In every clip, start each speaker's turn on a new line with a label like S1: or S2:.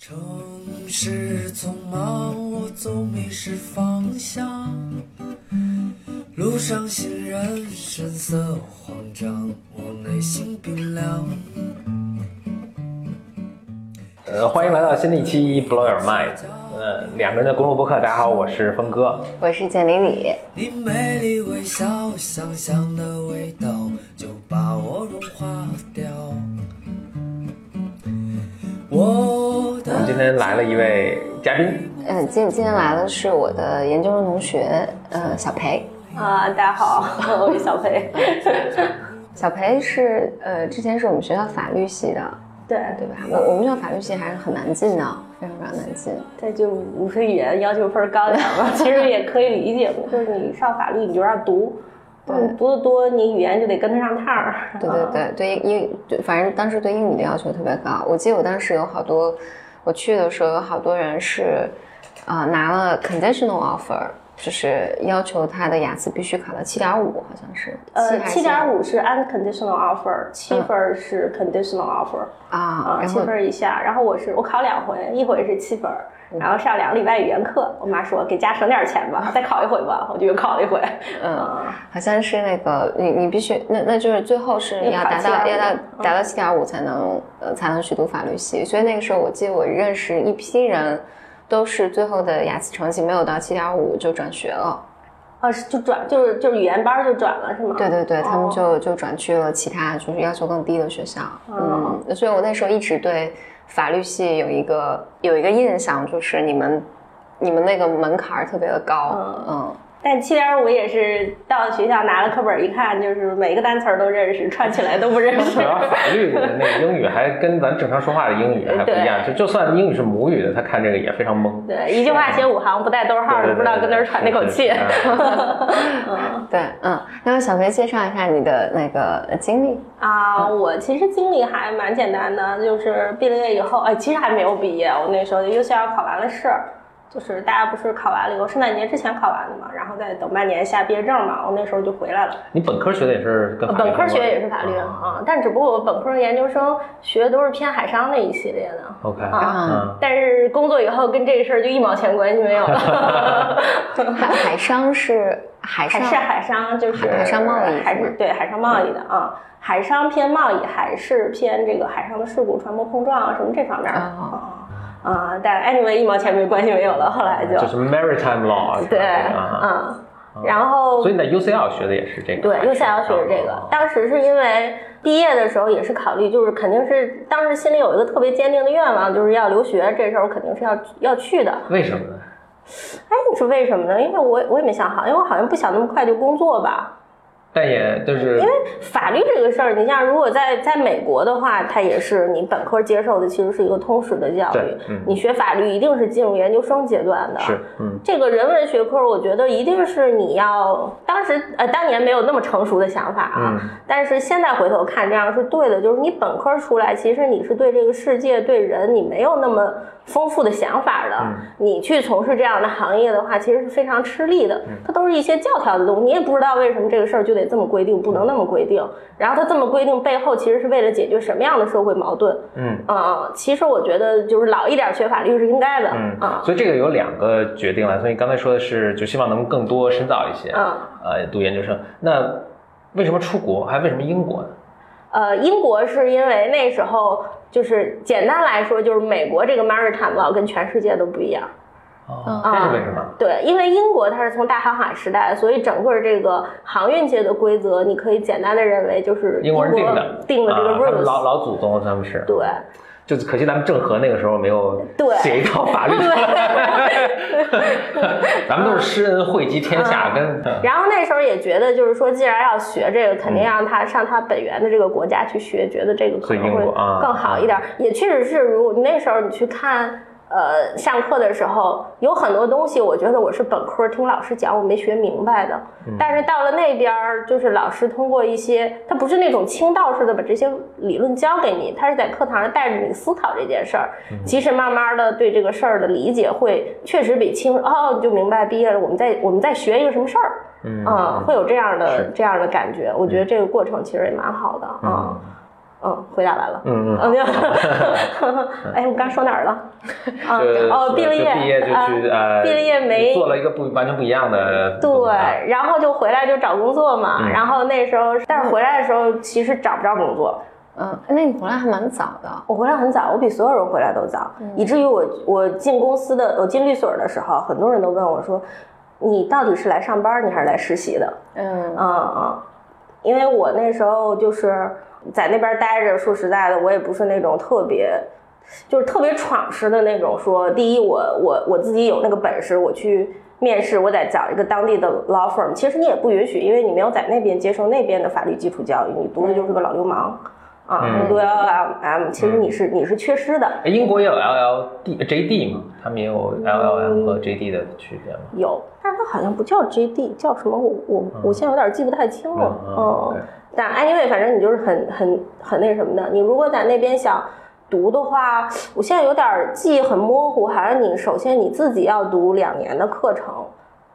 S1: 城市匆忙，我总迷失方向。路上行人神色慌张，我内心冰凉。
S2: 呃，欢迎来到新的一期《Blow Your Mind》。呃，两个人的公路播客，大家好，我是峰哥。
S3: 我是简玲里，
S1: 你美丽微笑，香香的味道就把我融化掉。我
S2: 我
S1: 的
S2: 们今天来了一位嘉宾，
S3: 嗯，今今天来的是我的研究生同学，呃，小裴。
S4: 啊，大家好，我是小裴。
S3: 小裴是呃，之前是我们学校法律系的，
S4: 对
S3: 对吧？我我们学校法律系还是很难进的，非常非常难进。
S4: 对，就不是语言要求分儿高点儿 嘛，其实也可以理解，就是你上法律你就让读，嗯，读的多你语言就得跟得上趟儿。
S3: 对对对对英英语，对反正当时对英语的要求特别高。我记得我当时有好多，我去的时候有好多人是，呃，拿了 conditional offer，就是要求他的雅思必须考到七点五，好像是，
S4: 呃，
S3: 还是
S4: 七点五是 unconditional offer，七分儿是 conditional offer，
S3: 啊，
S4: 啊，
S3: 然
S4: 七
S3: 后
S4: 分儿以下。然后我是我考两回，一回是七分儿，
S3: 嗯
S4: 然后上两个礼拜语言课，我妈说给家省点儿钱吧，再考一回吧，我就又考了一回。
S3: 嗯，好像是那个你你必须那那就是最后是要达到
S4: 要考7.5
S3: 要到达到七点五才能呃才能去读法律系，所以那个时候我记得我认识一批人，都是最后的雅思成绩没有到七点五就转学了，
S4: 啊，是就转就是就是语言班儿就转了是吗？
S3: 对对对，他们
S4: 哦
S3: 就就转去了其他就是要求更低的学校，嗯，所以我那时候一直对法律系有一个有一个印象，就是你们你们那个门槛儿特别的高
S4: 嗯，
S3: 嗯。
S4: 但七点五也是到学校拿了课本儿一看，就是每个单词儿都认识，串起来都不 认识
S2: 主。要法律的那个英语还跟咱正常说话的英语还不一样，就就算英语是母语的，他看这个也非常懵。
S4: 对，一句话写五行，不带逗号，
S2: 啊对
S4: 你不知道跟哪儿喘那口气。
S2: 对对对对啊
S3: 对，嗯，那么小裴介绍一下你的那个经历。
S4: 啊，我其实经历还蛮简单的，就是毕了业以后，哎，其实还没有毕业，我那时候就 UCL 考完了试，就是大家不是考完了以后，圣诞节之前考完的嘛，然后再等半年下毕业证嘛，我那时候就回来了。
S2: 你本科学的也是跟法律
S4: 本
S2: 相关
S4: 科
S2: 的
S4: 学也是法律
S2: 啊
S4: 啊，但只不过我本科和研究生学的都是偏海商那一系列的。
S2: ？OK，
S4: 啊
S2: 嗯，
S4: 但是工作以后跟这个事儿就一毛钱关系没有 了。
S3: 海海商是海
S4: 海
S3: 上，
S4: 事海商就是
S3: 海上贸易
S4: 海
S3: 是
S4: 事
S3: 吗
S4: 对海上贸易的啊，海商偏贸易，海事偏这个海上的事故传播碰撞啊什么这方面的
S3: 哦
S4: 啊啊，但 anyway 一毛钱没关系没有了，后来就
S2: 就是 maritime law 是吧
S4: 对
S2: 这个啊，
S4: 嗯，然后
S2: 所以你在 UCL 学的也是这个，
S4: 对
S2: 还是
S4: 又想要学这个
S2: 啊，
S4: 当时是因为毕业的时候也是考虑，就是肯定是当时心里有一个特别坚定的愿望，就是要留学，这事儿我肯定是要要去的。
S2: 为什么呢？
S4: 哎，你是为什么呢？因为我我也没想好，因为我好像不想那么快就工作吧。
S2: 但也就是
S4: 法律这个事儿，你像如果在在美国的话，它也是你本科接受的，其实是一个通识的教
S2: 对
S4: 育。
S2: 嗯
S4: 你学法律一定是进入研究生阶段的。
S2: 是嗯，
S4: 这个人文学科，我觉得一定是你要当时呃当年没有那么成熟的想法啊，
S2: 嗯
S4: 但是现在回头看这样是对的，就是你本科出来，其实你是对这个世界、对人你没有那么丰富的想法的，
S2: 嗯
S4: 你去从事这样的行业的话，其实是非常吃力
S2: 嗯
S4: 的，它都是一些教条的东西，你也不知道为什么这个事儿就得这么规定，不能那么规
S2: 嗯
S4: 定，然后它这么规定背后其实是为了解决什么样的社会矛盾？
S2: 嗯
S4: 嗯嗯，其实我觉得就是老一点学法律是应该的，啊
S2: 嗯，所以这个有两个决定了。所以刚才说的是，就希望能更多深造一些，
S4: 嗯
S2: 呃，读研究生。那为什么出国？还为什么英国呢？
S4: 呃，英国是因为那时候就是简单来说，就是美国这个 maritime law 跟全世界都不一样。
S2: 哦，
S4: 嗯
S2: 这是为什么？
S4: 对，因为英国它是从大航海时代，所以整个这个航运界的规则，你可以简单的认为就是
S2: 英国人定的，
S4: 定的这个
S2: 啊他们
S4: rules、
S2: 老老祖宗他们是，
S4: 对，
S2: 就是可惜咱们郑和那个时候没有
S4: 对
S2: 写一套法律出来， 咱们都是施恩惠及天
S4: 嗯
S2: 下，跟
S4: 然后那时候也觉得，就是说，既然要学这个，肯定让他上他本源的这个国家去学，觉得这个可
S2: 所
S4: 能
S2: 以
S4: 会
S2: 英国啊
S4: 更好一点。也确实是，如你那时候你去看。呃，上课的时候有很多东西，我觉得我是本科听老师讲我没学明白的，
S2: 嗯
S4: 但是到了那边儿，就是老师通过一些，他不是那种清道式的把这些理论教给你，他是在课堂上带着你思考这件事儿。
S2: 嗯
S4: 其实慢慢的对这个事儿的理解会确实比清哦，你就明白毕业了，我们再我们再学一个什么事儿，
S2: 嗯
S4: 嗯，会有这样的
S2: 是嗯
S4: 这样的感觉。我觉得这个过程其实也蛮好的啊。嗯，回答完了。
S2: 嗯嗯，
S4: 嗯， 哎，我刚说哪儿 了？啊，
S2: 就
S4: 哦，毕了
S2: 就
S4: 业，
S2: 毕业就去
S4: 啊
S2: 呃，
S4: 毕了业没
S2: 做了一个不完全不一样的东西啊，
S4: 对，然后就回来就找工作嘛。
S2: 嗯
S4: 然后那时候，但是回来的时候其实找不着工作。
S3: 嗯，那你回来还蛮早的，
S4: 我回来很早，我比所有人回来都早，以至于我我进公司的我进律所的时候，很多人都问我说：“你到底是来上班，你还是来实习的
S3: 嗯？”
S4: 嗯嗯，因为我那时候就是在那边待着，说实在的，我也不是那种特别。就是特别闯实的那种说第一，我我我自己有那个本事，我去面试，我得找一个当地的 law firm。其实你也不允许，因为你没有在那边接受那边的法律基础教育，你读的就是个老流氓。啊
S2: 嗯，
S4: 读 L L M，其实你是你是缺失的，
S2: 哎英国也有 LLD、JD 嘛，他们也有
S4: 嗯
S2: LLM 和 JD 的区别嘛。
S4: 有，但是它好像不叫 J D，叫什么？我我我现在有点记不太清了。
S2: 嗯嗯嗯
S4: 嗯
S2: 对，
S4: 但 anyway，反正你就是很很很那什么的。你如果在那边想读的话，我现在有点记忆很模糊，好像你首先你自己要读两年的课程。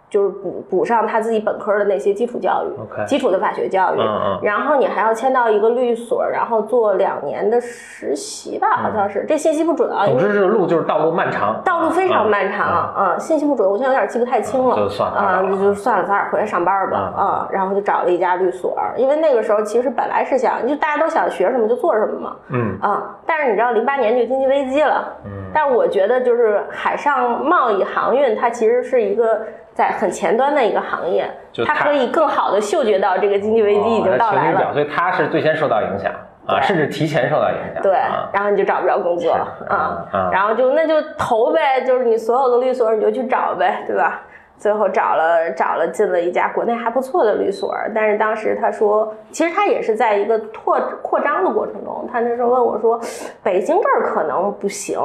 S4: 就是补补上他自己本科的那些基础教育
S2: OK
S4: 基础的法学教育，
S2: 嗯嗯
S4: 然后你还要签到一个律所，然后做两年的实习吧，
S2: 嗯
S4: 好像是，这信息不准啊，因
S2: 总
S4: 为
S2: 之，这个路就是道路漫长，
S4: 道路非常漫长
S2: 啊。
S4: 啊，信息不准，我现在有点记不太清了，
S2: 啊就算了
S4: 啊，那就算了，早点回来上班吧，
S2: 啊
S4: 啊，然后就找了一家律所，因为那个时候其实本来是想，就大家都想学什么就做什么嘛，
S2: 嗯
S4: 啊，但是你知道零八年就经济危机了，
S2: 嗯
S4: 但我觉得就是海上贸易航运，它其实是一个在很前端的一个行业
S2: 就，
S4: 它
S2: 它
S4: 可以更好的嗅觉到这个经济危机已经到
S2: 哦
S4: 来
S2: 那情侣
S4: 了
S2: 表，所以他是最先受到影响啊，
S4: 对
S2: 甚至提前受到影响。
S4: 对
S2: 啊，
S4: 然后你就找不着工作
S2: 是
S4: 啊
S2: 嗯嗯，
S4: 然后就那就投呗，就是你所有的律所你就去找呗，对吧？最后找了找了进了一家国内还不错的律所，但是当时他说，其实他也是在一个拓扩张的过程中，他那时候问我说，北京这儿可能不行，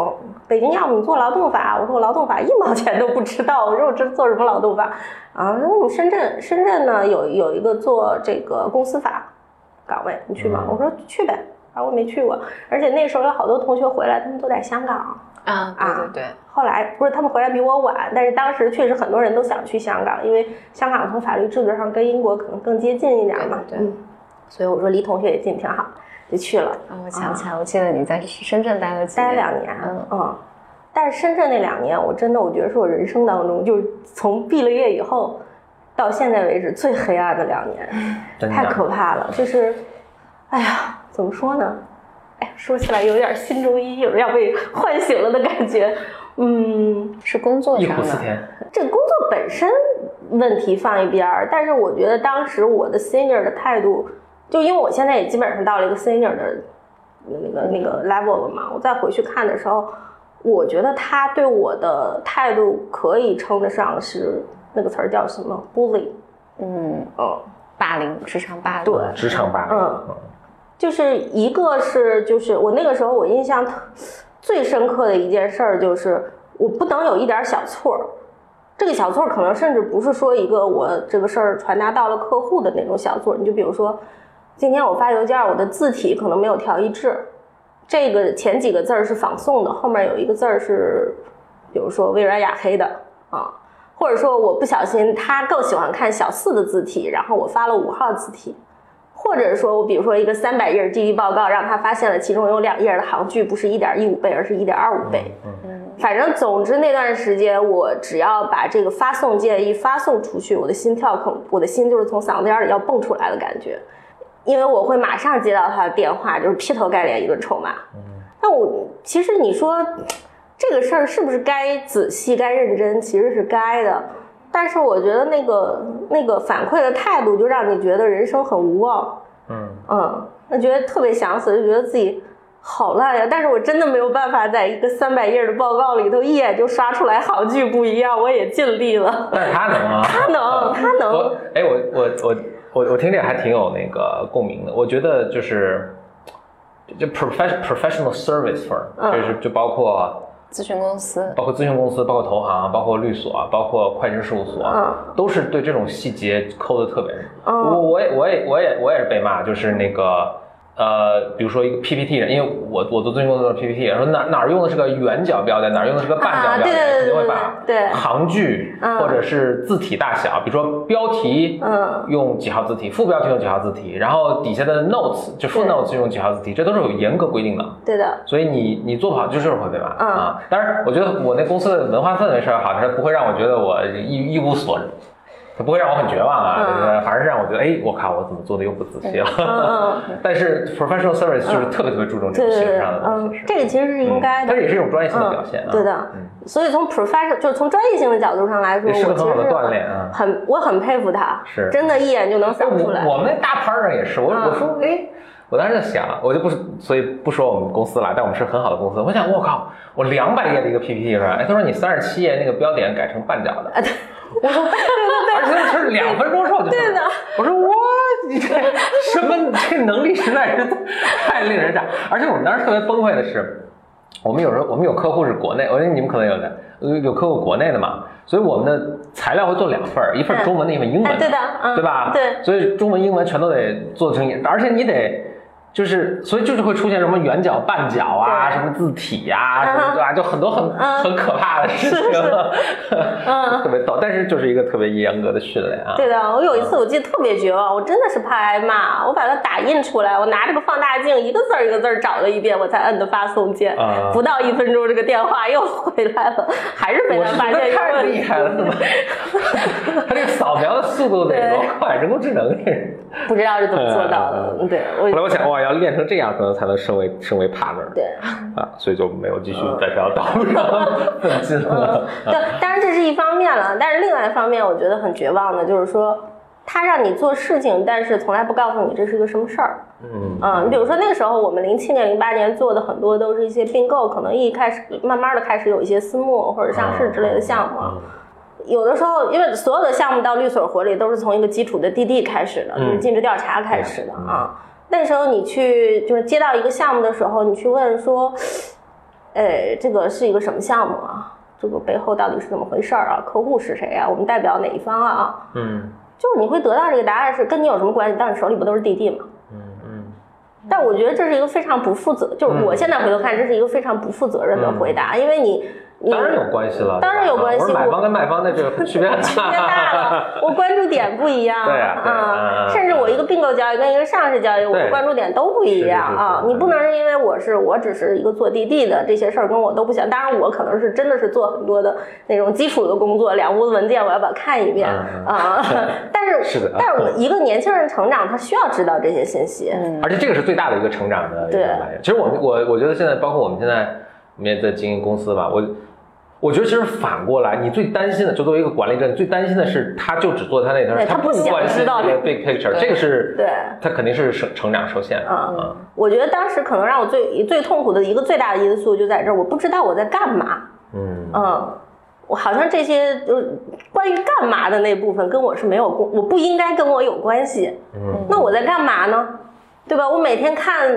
S4: 北京要么你做劳动法，我说我劳动法一毛钱都不知道，我说我这做什么劳动法啊？那我们深圳深圳呢有有一个做这个公司法，岗位，你去吗？
S2: 嗯
S4: 我说去呗，反正我没去过，而且那时候有好多同学回来，他们都在香港。
S3: 啊，对对对，
S4: 后来不是他们回来比我晚，但是当时确实很多人都想去香港，因为香港从法律制度上跟英国可能更接近一点嘛。
S3: 对对
S4: 嗯，所以我说离同学也近，挺好，就去了，
S3: 啊，我想起来，我记得你在深圳待了几
S4: 待了
S3: 年
S4: 两年。
S3: 嗯
S4: 嗯，但是深圳那两年，我真的我觉得是我人生当中，就是从毕了业以后到现在为止最黑暗的两年。
S2: 真的
S4: 太可怕了，就是，哎呀，怎么说呢？哎，说起来有点心中一有要被唤醒了的感觉。嗯，
S3: 是工作
S2: 一
S3: 上
S2: 苦思
S3: 的，
S2: 甜。
S4: 这工作本身问题放一边儿，但是我觉得当时我的 senior 的态度，就因为我现在也基本上到了一个 senior 的那个那个 level 了嘛，我再回去看的时候，我觉得他对我的态度可以称得上是那个词儿叫什么 bully，
S3: 嗯，
S4: 嗯。
S3: 霸凌，职场霸凌，
S4: 对
S2: 啊职场霸凌。
S4: 嗯就是一个是就是我那个时候我印象特最深刻的一件事儿就是我不能有一点小错儿，这个小错儿可能甚至不是说一个我这个事儿传达到了客户的那种小错儿，你就比如说今天我发邮件儿我的字体可能没有调一致，这个前几个字儿是仿宋的，后面有一个字儿是比如说微软雅黑的啊。或者说我不小心，他更喜欢看小四的字体，然后我发了五号字体，或者说我比如说一个三百页儿 GD 报告，让他发现了其中有两页儿的行距不是一点一五倍，而是一点二
S2: 嗯
S4: 五倍。反正总之那段时间，我只要把这个发送建议发送出去，我的心跳可我的心就是从嗓子眼儿里要蹦出来的感觉，因为我会马上接到他的电话，就是劈头盖脸一顿臭骂。那我其实你说这个事儿是不是该仔细该认真，其实是该的。但是我觉得那个那个反馈的态度，就让你觉得人生很无望。
S2: 嗯
S4: 嗯，那觉得特别想死，就觉得自己好烂呀。但是我真的没有办法在一个三百页的报告里头一眼就刷出来行距不一样，我也尽力了。
S2: 但是他能啊，
S4: 他能，他
S2: 我
S4: 能，
S2: 哎，我我我我我听这个还挺有那个共鸣的。我觉得就是就 profession professional service firm，
S4: 嗯
S2: 就是就包括
S3: 咨询公司，
S2: 包括咨询公司，包括投行，包括律所，包括会计师事务所，
S4: 嗯
S2: 都是对这种细节抠的特别。
S4: 嗯
S2: 我我也我也我也我也是被骂，就是那个。呃，比如说一个 PPT，因为我我做最近工作的 PPT，然后哪哪儿用的是个圆角标点，哪儿用的是个半角标
S4: 啊对
S2: 点，
S4: 对对
S2: 肯定会
S4: 对
S2: 把
S4: 对
S2: 行距
S4: 嗯
S2: 或者是字体大小，比如说标题，
S4: 嗯
S2: 用几号字体，副标题用几号字体，然后底下的 notes 就 f o o
S4: 对
S2: notes 用几号字体，这都是有严格规定的。
S4: 对的，
S2: 所以你你做不好就是会被骂、
S4: 嗯
S2: 啊！当然，我觉得我那公司的文化氛围是好，它不会让我觉得我一一无所，它不会让我很绝望啊，
S4: 嗯
S2: 就是反而是让我觉得哎，我靠，我怎么做的又不仔细了？
S4: 嗯
S2: 但是 professional service 就是特别特别注重这种
S4: 对对
S2: 形式
S4: 对，
S2: 上的东
S4: 嗯
S2: 西，是，嗯
S4: 这个其实是应该
S2: 它
S4: 的。
S2: 也是一种专业性的表现啊，
S4: 嗯，对的。所以从 professional 就是从专业性的角度上来说，
S2: 也
S4: 我其
S2: 是
S4: 实
S2: 个很好的锻炼啊。
S4: 很我很佩服他，
S2: 是
S4: 真的，一眼就能
S2: 哎，
S4: 想出来。
S2: 我我们那大 partner 也是，我
S4: 嗯
S2: 我说哎，我当时在想，我就不所以不说我们公司了，但我们是很好的公司。我想我靠，我两百页的一个 PPT 是吧？哎，他说你三十七页那个标点改成半角的，
S4: 啊，对，我说对
S2: 而且他是两分钟之后就对
S4: 的。
S2: 我说我你这什么这能力实在是太令人炸，而且我们当时特别崩溃的是。我们有时候我们有客户是国内，我觉得你们可能有的有有客户国内的嘛，所以我们的材料会做两份儿，一份儿
S4: 嗯
S2: 中文的，一份儿英文
S4: 哎，
S2: 的。
S4: 对的，嗯，
S2: 对吧？
S4: 对，
S2: 所以中文、英文全都得做成，而且你得就是，所以就是会出现什么圆角、半角啊，
S4: 对
S2: 什么字体啊，什
S4: 嗯哼
S2: 么对吧？就很多很
S4: 嗯
S2: 很可怕的事 情，
S4: 嗯
S2: 特别逗。但是就是一个特别严格的训练啊。
S4: 对的，我有一次我记得特别绝望，我真的是怕挨骂，我把它打印出来，我拿这个放大镜一个字儿一个字儿找了一遍，我才摁的发送键。
S2: 啊
S4: 不到一分钟，这个电话又回来了， 还是被
S2: 我
S4: 他
S2: 是
S4: 发
S2: 觉
S4: 现
S2: 得
S4: 有
S2: 太
S4: 问
S2: 厉
S4: 题。
S2: 害了， 怎么？他这个扫描的速度得多快？人工智能是。
S4: 不知道是怎么做到
S2: 嗯
S4: 的。对，
S2: 后来
S4: 我
S2: 我想，哇，要练成这样，可能才能升为升为 partner。
S4: 对。嗯
S2: 啊，所以就没有继续在这条道路 上奋进了。
S4: 对，当然这是一方面了，但是另外一方面，我觉得很绝望的就是说，他让你做事情，但是从来不告诉你这是个什么事儿。
S2: 嗯
S4: 嗯，你比如说那个时候，我们零七年、零八年做的很多都是一些并购，可能一开始慢慢的开始有一些私募或者上市之类的项目。啊
S2: 嗯
S4: 有的时候，因为所有的项目到律所活里都是从一个基础的 DD 开始的，
S2: 嗯
S4: 就是尽职调查开始的啊。那时候你去就是接到一个项目的时候，你去问说，呃，这个是一个什么项目啊？这个背后到底是怎么回事儿啊？客户是谁啊？我们代表哪一方啊？
S2: 嗯
S4: 就是你会得到这个答案是跟你有什么关系？但你手里不都是 DD 吗？
S2: 嗯嗯。
S4: 但我觉得这是一个非常不负责，就是我现在回头看，这是一个非常不负责任的回答，因为你你
S2: 嗯当然有关系了，
S4: 当然有关系
S2: 我说买
S4: 我
S2: 方跟卖方那这个 区别很
S4: 区别大了，我关注点不一样，
S2: 对啊对啊嗯
S4: 甚至我一个并购交易跟一个上市交易，我的
S2: 对
S4: 关注点都不一样
S2: 是是是
S4: 啊
S2: 是。嗯
S4: 你不能是因为我是我只是一个做 DD 的这些事儿跟我都不想，当然我可能是真的是做很多的那种基础的工作，两屋子文件我要把它看一遍
S2: 嗯
S4: 啊。但是
S2: 是的嗯
S4: 但是我一个年轻人成长，他需要知道这些信息，
S2: 而且这个是最大的一个成长的一个
S4: 对
S2: 来源。其实我们我我觉得现在，包括我们现在，我们也在经营公司吧，我我觉得其实反过来，你最担心的，就作为一个管理者，你最担心的是他就只做他那一
S4: 对
S2: 层，
S4: 他
S2: 不
S4: 不想
S2: 关心
S4: 知道
S2: 这个
S4: 这
S2: big picture，这个是
S4: 对。
S2: 他肯定是成成长受限的
S4: 嗯，我觉得当时可能让我最最痛苦的一个最大的因素就在这儿，我不知道我在干嘛。
S2: 嗯
S4: 嗯，我好像这些就是关于干嘛的那部分跟我是没有关，我不应该跟我有关系。
S2: 嗯，
S4: 那我在干嘛呢？对吧？我每天看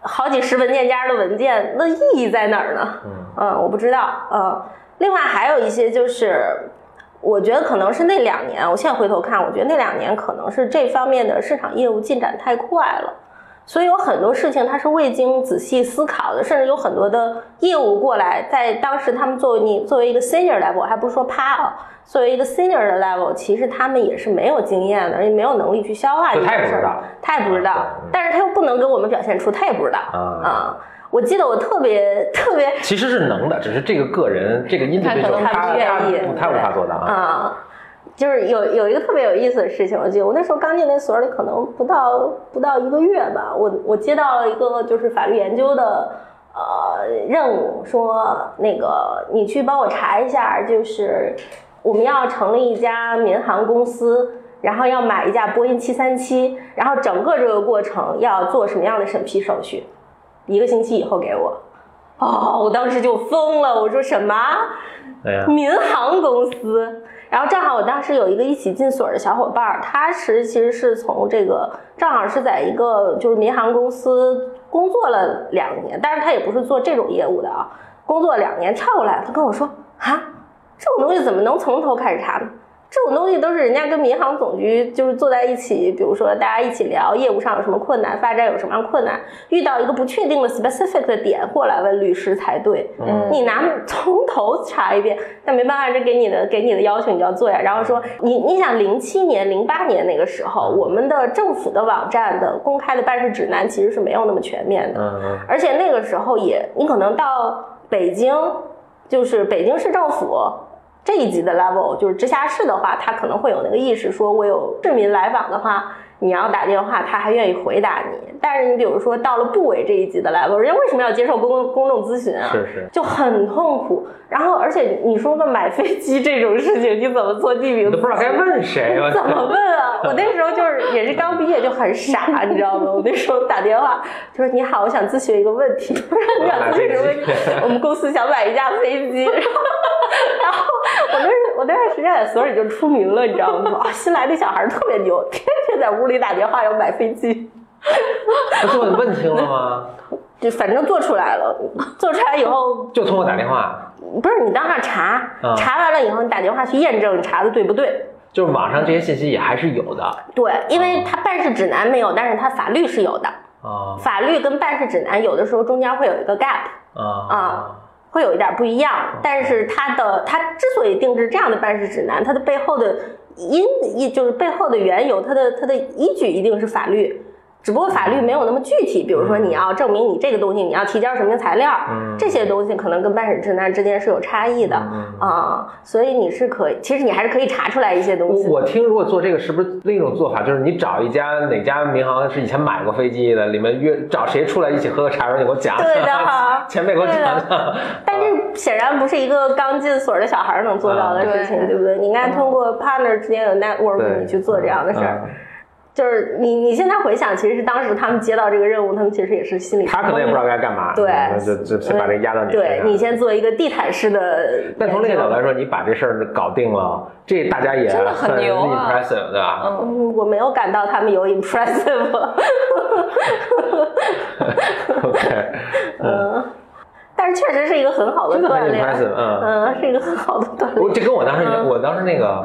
S4: 好几十文件夹的文件，那意义在哪儿呢？嗯，我不知道。嗯，另外还有一些就是。我觉得可能是那两年，我现在回头看，我觉得那两年可能是这方面的市场业务进展太快了，所以有很多事情它是未经仔细思考的，甚至有很多的业务过来，在当时他们作为你作为一个 senior level，还不是说趴啊，作为一个 senior 的 level，其实他们也是没有经验的，也没有能力去消化这
S2: 对他也
S4: 件
S2: 不
S4: 事
S2: 知
S4: 儿
S2: 道，
S4: 他也不知道
S2: 嗯，
S4: 但是他又不能给我们表现出他也不知道
S2: 啊
S4: 啊、我记得我特别特别
S2: 其实是能的，只是这个个人这个 individual 他
S3: 他
S4: 可能
S2: 他
S4: 不愿意
S2: 不他无法做到啊。
S4: 啊、就是有有一个特别有意思的事情，我记得我那时候刚进那所里，可能不到不到一个月吧，我我接到了一个就是法律研究的呃任务，说那个你去帮我查一下，就是我们要成立一家民航公司。然后要买一架波音七三七，然后整个这个过程要做什么样的审批手续？一个星期以后给我。哦，我当时就疯了，我说什么？嗯
S2: 对哎呀，
S4: 民航公司。然后正好我当时有一个一起进所的小伙伴儿，他是其实是从这个正好是在一个就是民航公司工作了两年，但是他也不是做这种业务的啊，工作两年跳过来，他跟我说啊，这种东西怎么能从头开始查呢？这种东西都是人家跟民航总局就是坐在一起，比如说大家一起聊业务上有什么困难，发展有什么样困难，遇到一个不确定的 specific 的点过来问律师才对。
S3: 嗯
S4: 你拿 从头查一遍，但没办法，这给你的给你的要求你就要做呀。然后
S2: 嗯
S4: 说你你想零七年、零八年那个时候，我们的政府的网站的公开的办事指南其实是没有那么全面的，
S2: 嗯
S4: 而且那个时候也你可能到北京，就是北京市政府。这一级的 level 就是直辖市的话，他可能会有那个意识，说我有市民来访的话，你要打电话，他还愿意回答你。但是你比如说到了部委这一级的 level，人家为什么要接受公公众咨询啊？
S2: 嗯是是，
S4: 就很痛苦。然后，而且你说问买飞机这种事情，你怎么做地名？
S2: 你都不知道该问谁，我
S4: 怎么
S2: 操！
S4: 问啊？我那时候就是也是刚毕业就很傻，你知道吗？我那时候打电话就说：“你好，我想咨询一个问题。” 我说：“你想咨询什么问题？”我们公司想买一架飞机。然后我那时我那段时间在所里就出名了，你知道吗？ 啊，新来那小孩儿特别牛，天天在屋里打电话要买飞机。
S2: 他最后你问清了吗？
S4: 就反正做出来了，做出来以后
S2: 就通过打电话，
S4: 不是你到那儿查
S2: 啊，
S4: 查完了以后你打电话去验证你查的对不对。
S2: 就是网上这些信息也还是有的
S4: 对，因为它办事指南没有，但是它法律是有的。
S2: 啊
S4: 法律跟办事指南有的时候中间会有一个 gap，
S2: 啊
S4: 啊！会有一点不一
S2: 嗯
S4: 样。但是它的它之所以定制这样的办事指南，它的背后的因一就是背后的缘由，它的它的依据一定是法律。只不过法律没有那么具体，比如说你要证明你这个东西，你要提交什么材料，
S2: 嗯
S4: 这些东西可能跟办事指南之间是有差异的
S2: 嗯
S4: 啊、所以你是可以，其实你还是可以查出来一些东
S2: 我
S4: 西的。
S2: 我听，如果做这个，是不是另一种做法？就是你找一家哪家民航是以前买过飞机的，里面约找谁出来一起喝个茶，说你给我讲讲，
S4: 对的哈
S2: 前辈给我讲讲。
S4: 但这显然不是一个刚进所的小孩儿能做到的事情，
S3: 嗯
S4: 对不对？你应该通过 partner 之间的 network，
S2: 对
S4: 你去做这样的事儿。
S2: 嗯
S4: 就是你你现在回想，其实是当时他们接到这个任务，他们其实也是心里
S2: 他可能也不知道该干嘛，
S4: 对
S2: 嗯就就就把这压到你身
S4: 对
S2: 上。
S4: 你先做一个地毯式的。
S2: 但从另一个角度来说，你把这事儿搞定了，这大家也
S3: 真的很
S2: 很
S3: 牛啊
S2: impressive，对 吧？
S3: 嗯
S4: 嗯，我没有感到他们有 impressive，
S2: OK，
S4: 但是确实是一个很好的
S2: 真的
S4: 锻
S2: 很
S4: 炼。
S2: impressive，嗯。
S4: 嗯，是一个很好的锻
S2: 我
S4: 炼。
S2: 这跟我当时，
S4: 嗯
S2: 我当时那个，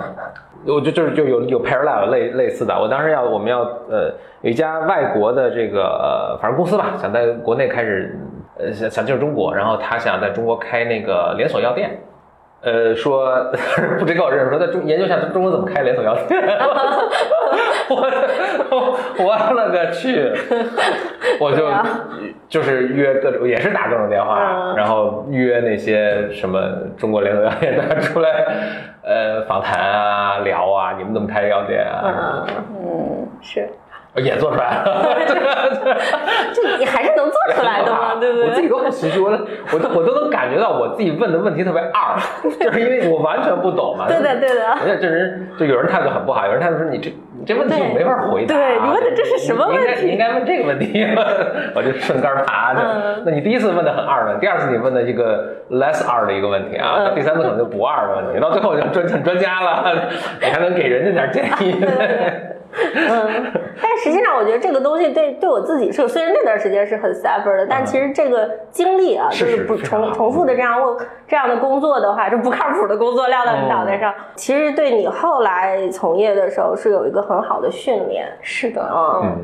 S2: 我就就是就有有 parallel 类类似的。我当时要我们要呃有一家外国的这个呃反正公司吧，想在国内开始呃想想进入中国，然后他想在中国开那个连锁药店。呃，说 不知给我认识，说在中研究一下中国怎么开连锁药 店。我我我了个去！我就
S4: 对啊
S2: 就是约各种，也是打各种电话，
S4: 嗯
S2: 然后约那些什么中国连锁药店大家出来，呃，访谈啊，聊啊，你们怎么开药店啊，呃
S4: 嗯，
S3: 嗯，
S4: 是，
S2: 也做出来了。
S4: 就你还是能做出来的 嘛，对不
S2: 我自己
S4: 对？
S2: 都很心虚，我都我都我都能感觉到我自己问的问题特别二， 就是因为我完全不懂嘛。
S4: 对的，对的。
S2: 而且这人就有人态度很不好，有人态度说你这你这问题
S4: 对
S2: 我没法回答、啊
S4: 对你问的这是什么问题
S2: 你应该你应该问这个问题， 我就顺杆儿爬的。
S4: 嗯
S2: 那你第一次问的很二的，第二次你问的一个 less 二的一个问题啊，
S4: 嗯
S2: 到第三次可能就不二的问题，到最后就专 很专家了，你还能给人家点建议。
S4: 嗯，但实际上，我觉得这个东西对对我自己是，虽然那段时间是很 suffer 的，但其实这个经历啊，
S2: 嗯是
S4: 就是
S2: 是
S4: 不
S2: 非常
S4: 重
S2: 好嗯
S4: 重复的这样问这样的工作的话，就不靠谱的工作撂到你脑
S2: 哦
S4: 袋上，其实对你后来从业的时候是有一个很好的训练。
S3: 是的，
S4: 嗯
S2: 嗯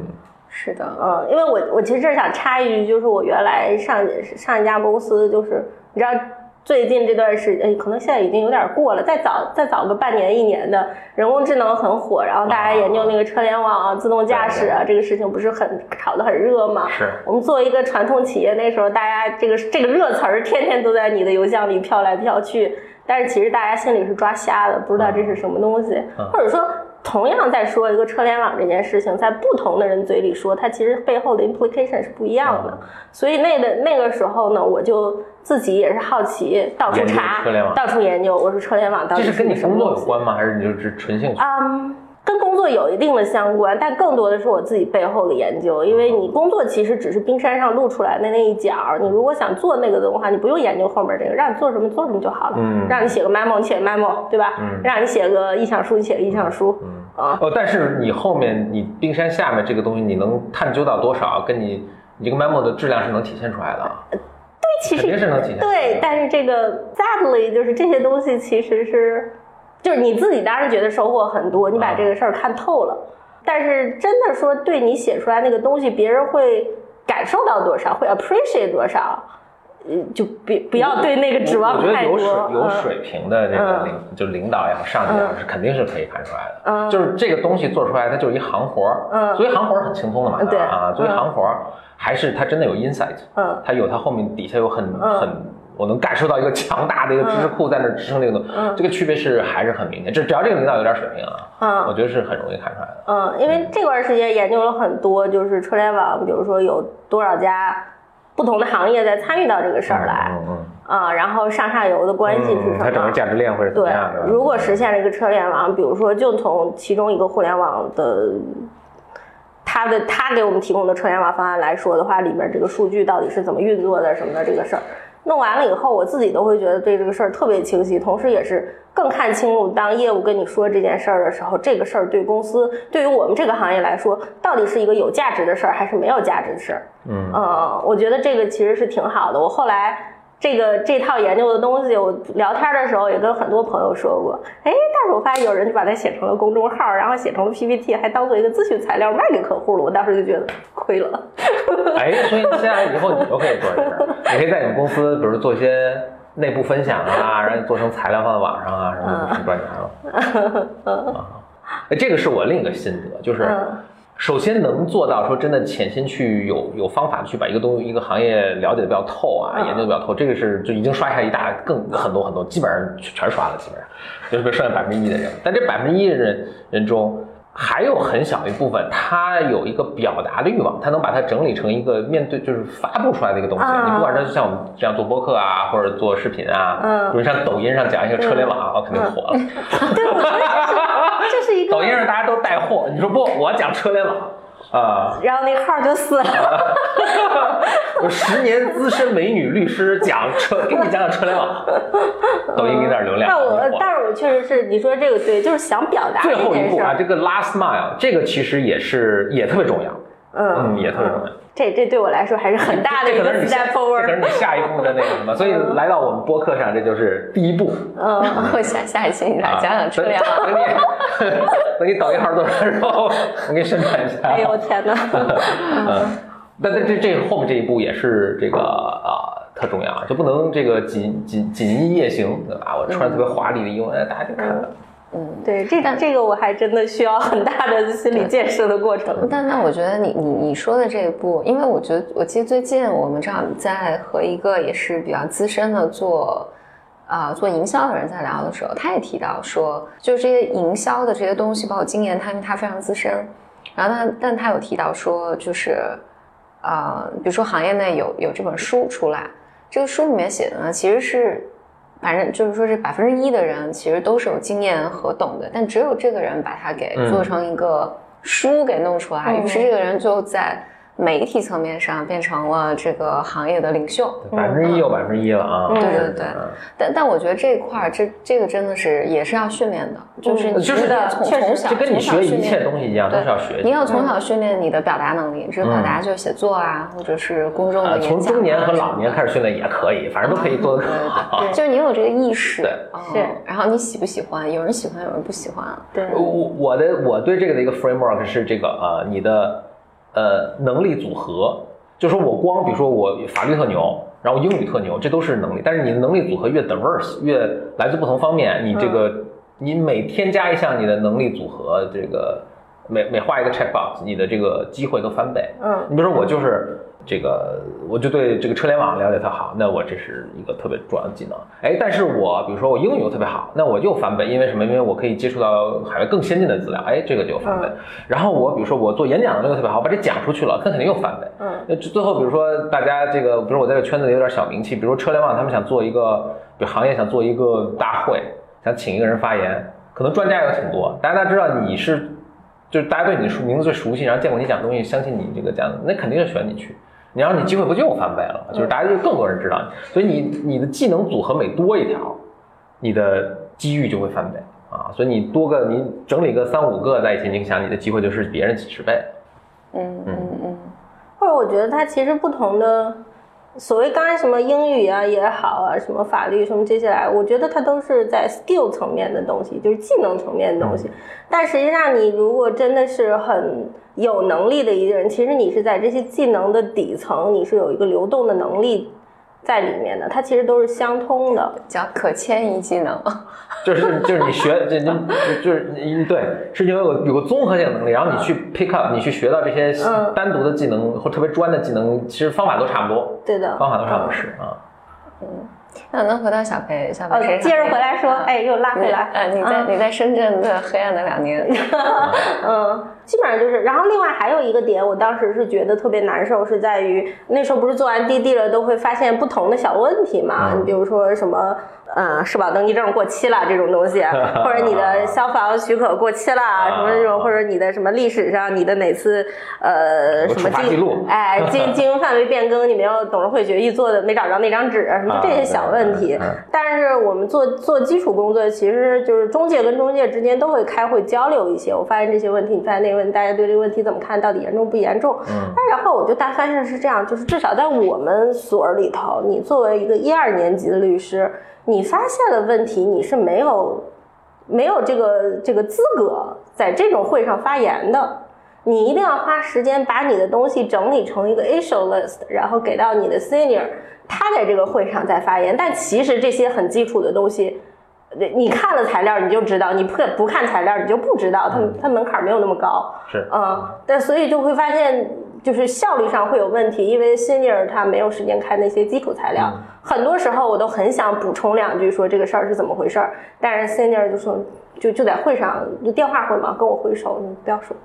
S3: 是的，
S4: 嗯，因为我我其实这儿想插一句，就是我原来上上一家公司，就是你知道。最近这段时呃间，可能现在已经有点过了。再早再早个半年一年的，人工智能很火，然后大家研究那个车联网啊、自动驾驶啊，这个事情不是很炒得很热吗？
S2: 是
S4: 我们作为一个传统企业，那时候大家这个这个热词儿天天都在你的邮箱里飘来飘去，但是其实大家心里是抓瞎的，不知道这是什么东西，
S2: 嗯
S4: 或者说同样在说一个车联网这件事情，在不同的人嘴里说，它其实背后的 implication 是不一样
S2: 嗯
S4: 的。所以那个那个时候呢，我就自己也是好奇，到处
S2: 研究
S4: 查
S2: 车联，网
S4: 到处研究，我说车联网到
S2: 这
S4: 底
S2: 是跟你
S4: 什么
S2: 工作
S4: 东
S2: 有
S4: 西？
S2: 关吗？还是你就只纯兴趣？
S4: 嗯，跟工作有一定的相关，但更多的是我自己背后的研究。因为你工作其实只是冰山上露出来的那一角儿，你如果想做那个的话，你不用研究后面这个，让你做什么做什么就好了。
S2: 嗯
S4: 让你写个 memo，你写个 memo，对吧？
S2: 嗯
S4: 让你写个意向书，你写个意向书。
S2: 嗯
S4: 啊，
S2: 哦，但是你后面你冰山下面这个东西，你能探究到多少？跟你你这个 memo 的质量是能体现出来的啊，
S4: 其
S2: 肯定
S4: 实
S2: 是能体现出来的。
S4: 对，但是这个 sadly 就是这些东西其实是就是你自己当然觉得收获很多，你
S2: 啊
S4: 把这个事儿看透了，但是真的说对你写出来那个东西，别人会感受到多少，会 appreciate 多少，呃，就别不要对那个指
S2: 我
S4: 望
S2: 觉得
S4: 太
S2: 有
S4: 多。
S2: 水有
S4: 嗯
S2: 水平的这个
S4: 嗯
S2: 领，就领导也好，上级也好，是肯定是可以看出来的。
S4: 嗯
S2: 就是这个东西做出来，它就是一行活儿。
S4: 嗯
S2: 作为行活儿很轻松的嘛。
S4: 对
S2: 啊，作为
S4: 嗯
S2: 行活儿，还是它真的有 insight，
S4: 嗯
S2: 它有它后面底下有很
S4: 嗯
S2: 很。我能感受到一个强大的一个知识库在那儿支撑这个东西，
S4: 嗯
S2: 这个区别是还是很明显。这只要这个领导有点水平啊，
S4: 嗯
S2: 我觉得是很容易看出来的。
S4: 嗯，因为这段时间研究了很多，就是车联网，比如说有多少家不同的行业在参与到这个事儿来
S2: 嗯嗯
S4: 啊、然后上下游的关系是
S2: 嗯，它
S4: 什
S2: 整个
S4: 么？
S2: 价值链会是怎么
S4: 对
S2: 样的？，
S4: 如果实现了一个车联网，比如说就从其中一个互联网的。它的它给我们提供的车联网方案来说的话，里面这个数据到底是怎么运作的什么的这个事儿，弄完了以后，我自己都会觉得对这个事儿特别清晰，同时也是更看清楚，当业务跟你说这件事儿的时候，这个事儿对公司，对于我们这个行业来说，到底是一个有价值的事儿，还是没有价值的事儿？
S2: 嗯
S4: 呃我觉得这个其实是挺好的。我后来。这个这套研究的东西，我聊天的时候也跟很多朋友说过。哎，但是我发现有人就把它写成了公众号，然后写成了 PPT，还当做一个咨询材料卖给客户了。我当时就觉得亏了。
S2: 哎，所以现在以后你 都可以做这事儿，你可以在你们公司，比如做一些内部分享啊，然后做成材料放在网上啊，什么
S4: 嗯
S2: 的，就赚钱了。啊，哎这个是我另一个心得，就是
S4: 嗯
S2: 首先能做到说真的潜心去有有方法去把一个东西一个行业了解的比较透啊，
S4: 嗯
S2: 研究的比较透，这个是就已经刷下一大更很多很多，基本上全全刷了，基本上就是被剩下百分之一的人，但这百分之一的人人中。还有很小一部分，他有一个表达的欲望，他能把它整理成一个面对就是发布出来的一个东西。
S4: 嗯
S2: 你不管是像我们这样做播客啊，或者做视频啊，
S4: 嗯
S2: 比如像抖音上讲一些车联网，啊，肯定火了。
S4: 对，我觉得这是这是一个
S2: 抖音上大家都带货，你说不，我讲车联网啊、
S4: 然后那个号就死了。
S2: 我十年资深美女律师讲车，给你讲讲车联网，抖音给你点流量，
S4: 但我
S2: 很火
S4: 但是我确实是你说这个对，就是想表达
S2: 最
S4: 这
S2: 后一
S4: 件
S2: 步
S4: 事
S2: 啊，
S4: 儿。
S2: 这个 last mile 这个其实也是也特别重要，
S4: 嗯
S2: 嗯，也特别重要。
S4: 这这对我来说还是很大的
S2: 这
S4: 一
S2: 可
S4: 个
S2: 能是你下
S4: step
S2: 这可
S4: forward。
S2: 能是你下一步的那个什么，所以来到我们播客上，这就是第一步。
S4: 嗯，
S3: 我下下一期
S4: 哎
S3: 你来
S2: 哦啊
S3: 讲讲车辆。
S2: 等等你 等你抖音号做完之后，我给你宣传一下。
S4: 哎呦我 天哪！
S2: 嗯，但但这这后面这一步也是这个啊、特重要啊，就不能这个锦锦锦衣夜行，对吧？我穿特别华丽的衣服，哎大家就看了。
S4: 对，这
S3: 但
S4: 这个我还真的需要很大的心理建设的过程。
S3: 但但我觉得你你你说的这一步，因为我觉得我记得最近我们正好在和一个也是比较资深的做啊、做营销的人在聊的时候，他也提到说，就是这些营销的这些东西，包括经验，他因为他非常资深，然后他但他有提到说，就是呃，比如说行业内有有这本书出来，这个书里面写的呢，其实是。反正就是说，这百分之一的人其实都是有经验和懂的，但只有这个人把它给
S2: 嗯
S3: 做成。成一个书给弄出来，
S4: 嗯
S3: 于是这个人就在媒体层面上变成了这个行业的领袖。
S2: 百分之一又百分之一了啊！
S4: 嗯
S3: 对
S2: 是
S3: 对对但但我觉得这一块儿，这这个真的是也是要训练的，就是
S4: 嗯
S3: 你
S2: 就是
S3: 真的从
S4: 确实
S3: 从小
S2: 就跟你
S3: 从小
S2: 学一
S3: 训
S2: 切
S3: 练。
S2: 东西一样，都
S3: 对
S2: 是要学习。
S3: 你要从小训练你的表达能力，这表达就是写作啊，或者是公众
S2: 啊，
S3: 的演讲、
S2: 从
S3: 啊。嗯
S2: 中年和老年开始训练也可以，反正都可以做得更好。
S4: 对
S3: 就是你有这个意识，
S2: 对
S3: 嗯
S4: 是
S3: 然后你喜不喜欢？有人喜欢，有人不喜欢。啊
S4: 对，
S2: 我呃我的我对这个的一个 framework 是这个呃，你的呃能力组合，就说我光比如说我法律特牛，然后英语特牛，这都是能力，但是你的能力组合越 diverse，越来自不同方面，你这个、你每添加一项你的能力组合，这个每每画一个 checkbox，你的这个机会都翻倍。
S4: 嗯
S2: 你比如说我就是这个，我就对这个车联网了解特好，那我这是一个特别重要的技能。哎，但是我比如说我英语又特别好，那我又翻倍，因为什么？因为我可以接触到海外更先进的资料，哎，这个就翻倍。然后我比如说我做演讲能力又特别好，把这讲出去了，那肯定又翻倍。
S4: 嗯
S2: 那最后，比如说大家这个，比如我在这个圈子里有点小名气，比如说车联网，他们想做一个，比如行业想做一个大会，想请一个人发言，可能专家有挺多，大家都知道你是，就是大家对你的熟名字最熟悉，然后见过你讲东西，相信你这个讲，那肯定就选你去。你让你机会不就翻倍了？就是大家就更多人知道你，所以你你的技能组合每多一条，你的机遇就会翻倍啊。所以你多个你整理个三五个在一起，你想你的机会就是别人几十倍。
S3: 嗯嗯嗯
S4: 或者我觉得它其实不同的所谓刚才什么英语啊也好啊，什么法律什么这些来，我觉得它都是在 skill 层面的东西，就是技能层面的东西。
S2: 嗯
S4: 但实际上，你如果真的是很有能力的一个人，其实你是在这些技能的底层，你是有一个流动的能力在里面的，它其实都是相通的。
S3: 叫可迁移技能，
S2: 就是就是你学这你就是你对，是因为有有个综合性能力，然后你去 pick up，你去学到这些
S4: 嗯
S2: 单独的技能或特别专的技能，其实方法都差不多，
S4: 对的。嗯
S2: 方法都差不多是啊。
S3: 那能回到小裴，小裴
S4: 呃
S3: 身上、，
S4: 接着回来说，
S3: 嗯
S4: 哎，又拉回来。
S3: 呃，你在、
S4: 嗯
S3: 你在深圳的黑暗的两年，
S4: 嗯，基本上就是。然后另外还有一个点，我当时是觉得特别难受，是在于那时候不是做完滴滴了，都会发现不同的小问题嘛。
S2: 嗯
S4: 你比如说什么，呃，社保登记证过期了这种东 西，或者你的消防许可过期了，
S2: 啊
S4: 什么这种，或者你的什么历史上你的哪次呃
S2: 有个
S4: 什么
S2: 处罚记录
S4: 哎，经经营范围变更，你没有董事会决议做的没找着那张纸，什么就这些小问题。
S2: 啊对对对
S4: 但是我们做做基础工作，其实就是中介跟中介之间都会开会交流一些。我发现这些问题，你发现那个问题，大家对这个问题怎么看，到底严重不严重？
S2: 嗯
S4: 但然后我就大发现是这样，就是至少在我们所里头，你作为一个一二年级的律师，你发现了问题，你是没有没有这个这个资格在这种会上发言的。你一定要花时间把你的东西整理成一个 issue list，然后给到你的 senior，他在这个会上再发言。但其实这些很基础的东西，呃你看了材料你就知道，你不不看材料你就不知道，它它门槛没有那么高。
S2: 是
S4: 嗯，但所以就会发现，就是效率上会有问题，因为 senior 他没有时间看那些基础材料。很多时候我都很想补充两句，说这个事儿是怎么回事儿，但是 senior 就说就就在会上就电话会嘛，跟我挥手，你不要说。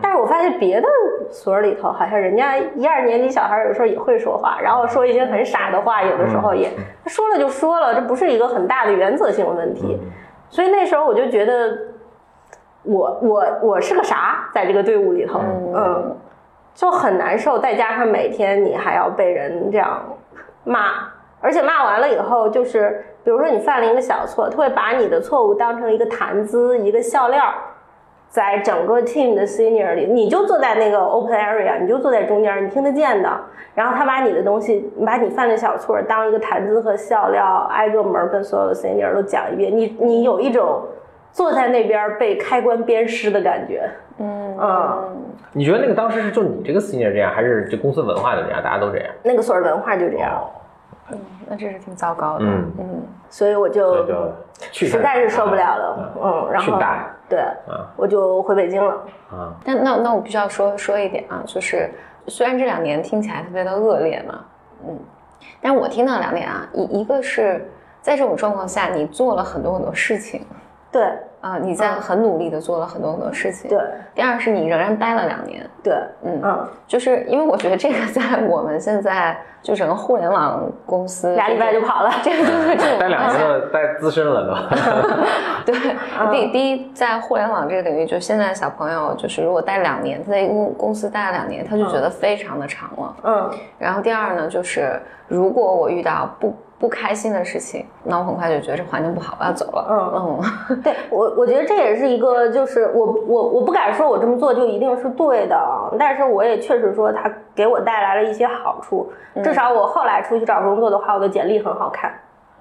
S4: 但是我发现别的所里头，好像人家一二年级小孩有时候也会说话，然后说一些很傻的话，有的时候也说了就说了，这不是一个很大的原则性问题。所以那时候我就觉得我我我是个啥，在这个队伍里头，嗯就很难受。再加上每天你还要被人这样骂，而且骂完了以后，就是比如说你犯了一个小错，他会把你的错误当成一个谈资、一个笑料儿。在整个 team 的 senior 里，你就坐在那个 open area，你就坐在中间，你听得见的。然后他把你的东西，把你犯的小错儿当一个谈资和笑料，挨个门儿跟所有的 senior 都讲一遍。你你有一种坐在那边儿被开棺鞭尸的感觉。
S3: 嗯
S4: 嗯
S2: 你觉得那个当时是就你这个 senior 这样，还是这公司文化就这样，大家都这样？
S4: 那个所谓文化就这样，
S2: 哦
S3: 那这是挺糟糕的，
S2: 嗯
S3: 嗯，
S4: 所以我
S2: 所
S4: 就
S2: 以就去
S4: 实在是受不了了。嗯，然
S2: 去
S4: 后
S2: 大呀
S4: 对，
S2: 啊
S4: 我就回北京了。
S2: 啊！
S3: 但那那我必须要说说一点啊，就是虽然这两年听起来特别的恶劣嘛，嗯，但我听到两点啊，一一个是在这种状况下，你做了很多很多事情
S4: 对
S3: 啊、你在很努力的做了很多很多事情。
S4: 嗯对。
S3: 第二是你仍然待了两年，
S4: 对，
S3: 嗯，
S4: 嗯，
S3: 就是因为我觉得这个在我们现在就整个互联网公
S2: 嗯
S3: 司
S4: 俩礼拜
S3: 这
S4: 就
S3: 种
S4: 跑了。
S3: 这 个就是 这种
S2: 待嗯两
S3: 状态
S2: 年了，待资深了都。
S3: 对，第第一，在互联网这个领域，就现在小朋友，就是如果待两年，他在一个公公司待了两年，他就觉得非常的长了。
S4: 嗯，
S3: 然后第二呢，就是如果我遇到不不开心的事情，那我很快就觉得这环境不好，我要走了。嗯，
S4: 对我，我觉得这也是一个，就是我我我不敢说我这么做就一定是对的，啊，但是我也确实说它给我带来了一些好处，
S2: 嗯
S4: 至少我后来出去找工作的话，我的简历很好看，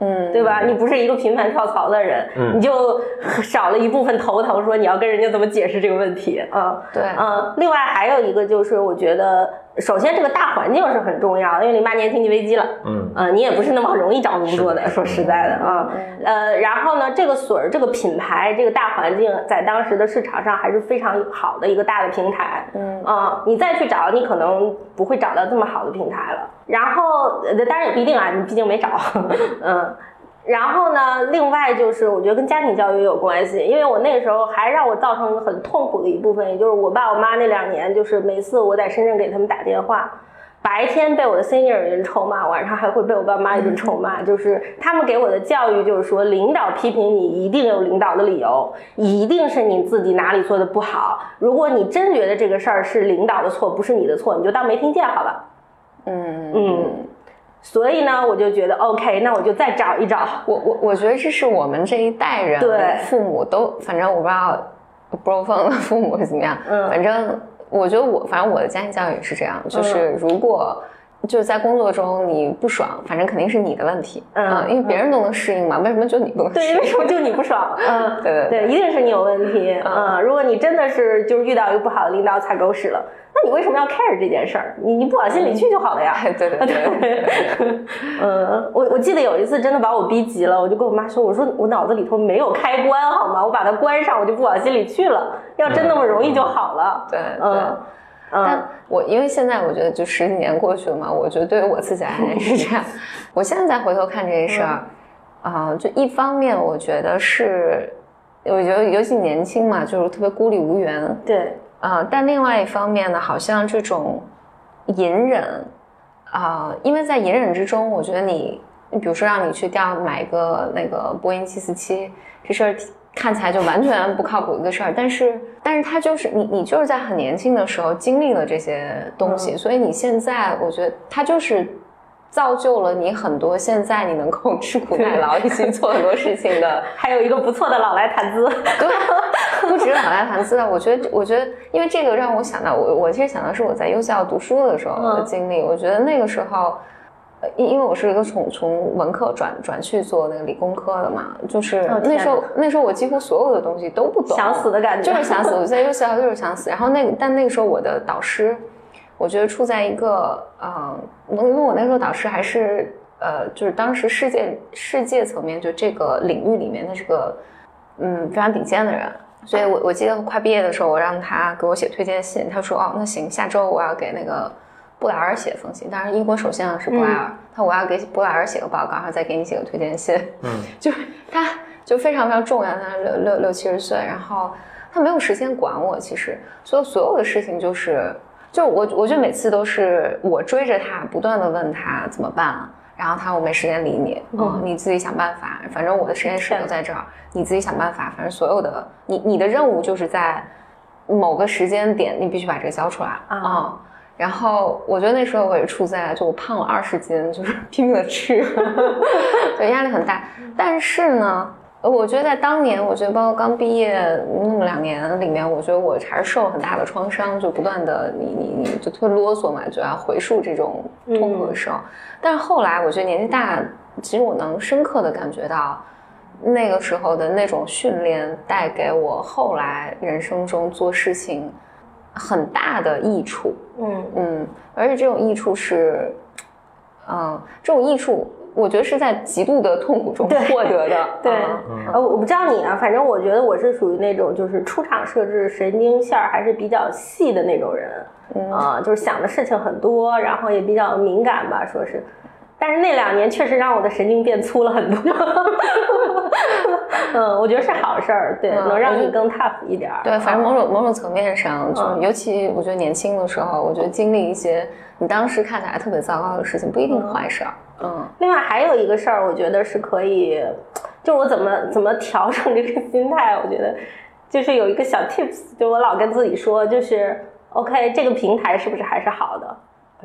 S3: 嗯，
S4: 对吧？你不是一个频繁跳槽的人，
S2: 嗯
S4: 你就 少了一部分头疼，说你要跟人家怎么解释这个问题啊。
S3: 对，
S4: 嗯，另外还有一个就是，我觉得首先这个大环境是很重要的，因为零八年经济危机了，
S2: 嗯，
S4: 呃，你也不是那么容易找工作的，说实在的啊，呃，然后呢，这个所儿这个品牌这个大环境在当时的市场上还是非常好的一个大的平台，
S3: 嗯
S4: 啊、你再去找，你可能不会找到这么好的平台了。然后，呃当然也不一定啊，你毕竟没找， 嗯。然后呢，另外就是我觉得跟家庭教育也有关系，因为我那个时候还让我造成很痛苦的一部分，也就是我爸我妈那两年，就是每次我在深圳给他们打电话，白天被我的 senior 一顿臭骂，晚上还会被我爸妈一顿臭
S3: 嗯
S4: 骂。就是他们给我的教育就是说，领导批评你一定有领导的理由，一定是你自己哪里做的不好。如果你真觉得这个事儿是领导的错，不是你的错，你就当没听见好了。
S3: 嗯
S4: 嗯。所以呢，我就觉得 OK，那我就再找一 找。
S3: 我我我觉得这是我们这一代人，
S4: 对
S3: 父母都，反正我不知道 bro 凤的父母是怎么样，
S4: 嗯
S3: 反正我觉得我，反正我的家庭教育也是这样，就是如果就是在工作中你不爽，反正肯定是你的问题，
S4: 嗯
S3: 因为别人都能适应嘛，为什么就你不能适
S4: 对，为
S3: 应？
S4: 什么就你不爽？嗯，
S3: 对对对
S4: 对，一定是你有问题。
S3: 嗯
S4: 嗯，如果你真的是就是遇到一个不好的领导踩狗屎了，那你为什么要 care 这件事儿？你你不往心里去就好了呀。
S3: 对 对对，
S4: 嗯，我我记得有一次真的把我逼急了，我就跟我妈说，我说我脑子里头没有开关，好吗？我把它关上，我就不往心里去了。要真那么容易就好了。
S3: 对对
S4: 嗯。
S3: 但
S4: 嗯，
S3: 我因为现在我觉得就十几年过去了嘛，我觉得对于我自己而言是这样。我现在再回头看这些事儿，啊、就一方面我觉得是，我觉得尤其年轻嘛，就是特别孤立无援，
S4: 对，
S3: 啊、但另外一方面呢，好像这种隐忍啊、因为在隐忍之中，我觉得你，你比如说让你去调买一个那个波音七四七，这事儿看起来就完全不靠谱一个事儿，但是，但是它就是你，你就是在很年轻的时候经历了这些东西，所以你现在，我觉得它就是。造就了你很多现在你能够 吃苦耐劳，一起做很多事情的
S4: 还有一个不错的老来谈资。
S3: 对， 不止老来谈资料，啊我觉得，我觉得，因为这个让我想到，我我其实想到是我在优校读书的时候的
S4: 嗯
S3: 经历。我觉得那个时候，呃因因为我是一个从从文科转转去做那个理工科的嘛，就是
S4: 哦
S3: 那
S4: 天
S3: 时候、
S4: 哪
S3: 那时候我几乎所有的东西都不懂，
S4: 想死的感觉
S3: 就是想死。我在优校就是想死。然后那个但那个时候我的导师，我觉得处在一个嗯，我因为我那时候导师还是呃，就是当时世界世界层面就这个领域里面的这个嗯非常顶尖的人。所以我，我记得快毕业的时候，我让他给我写推荐信，他说：“哦，那行，下周我要给那个布莱尔写封信。当然，英国首相是布莱尔，他我要给布莱尔写个报告，然后再给你写个推荐信。
S2: 嗯，
S3: 就是他就非常非常重要，他六六六七十岁，然后他没有时间管我，其实，所以所有的事情就是，就我我就每次都是我追着他，不断的问他怎么办。然后他说我没时间理你，嗯，你自己想办法，反正我的实验室
S4: 对
S3: 都在这儿，你自己想办法，反正所有的你你的任务就是在某个时间点，你必须把这个交出来啊、
S4: 啊
S3: 嗯然后我觉得那时候我也处在就我胖了二十斤，就是拼命的吃， 对，压力很大。但是呢，呃我觉得在当年，我觉得包括刚毕业那么两年里面，我觉得我还是受了很大的创伤，就不断的你你你就特别啰嗦嘛，就要回溯这种痛苦的时候。但是后来，我觉得年纪大，其实我能深刻的感觉到。那个时候的那种训练带给我后来人生中做事情很大的益处，
S4: 嗯
S3: 嗯，而且这种益处是，嗯、这种益处我觉得是在极度的痛苦中获得的，
S4: 对
S3: 嗯
S4: 呃，我不知道你啊，反正我觉得我是属于那种就是出厂设置神经线儿还是比较细的那种人，
S3: 嗯
S4: 啊、就是想的事情很多，然后也比较敏感吧，说是。但是那两年确实让我的神经变粗了很多， 嗯，我觉得是好事儿，对，
S3: 嗯
S4: 能
S3: 我
S4: 让
S3: 觉
S4: 你
S3: 得
S4: 更 tough 一点儿。
S3: 对，反正
S4: 啊
S3: 某种某种层面上，就是
S4: 嗯
S3: 尤其我觉得年轻的时候，我觉得经历一些你当时看起来特别糟糕的事情，不一定是坏事儿，嗯
S4: 另外还有一个事儿，我觉得是可以，就我怎么怎么调整这个心态，我觉得就是有一个小 tips，就我老跟自己说，就是 OK，这个平台是不是还是好的？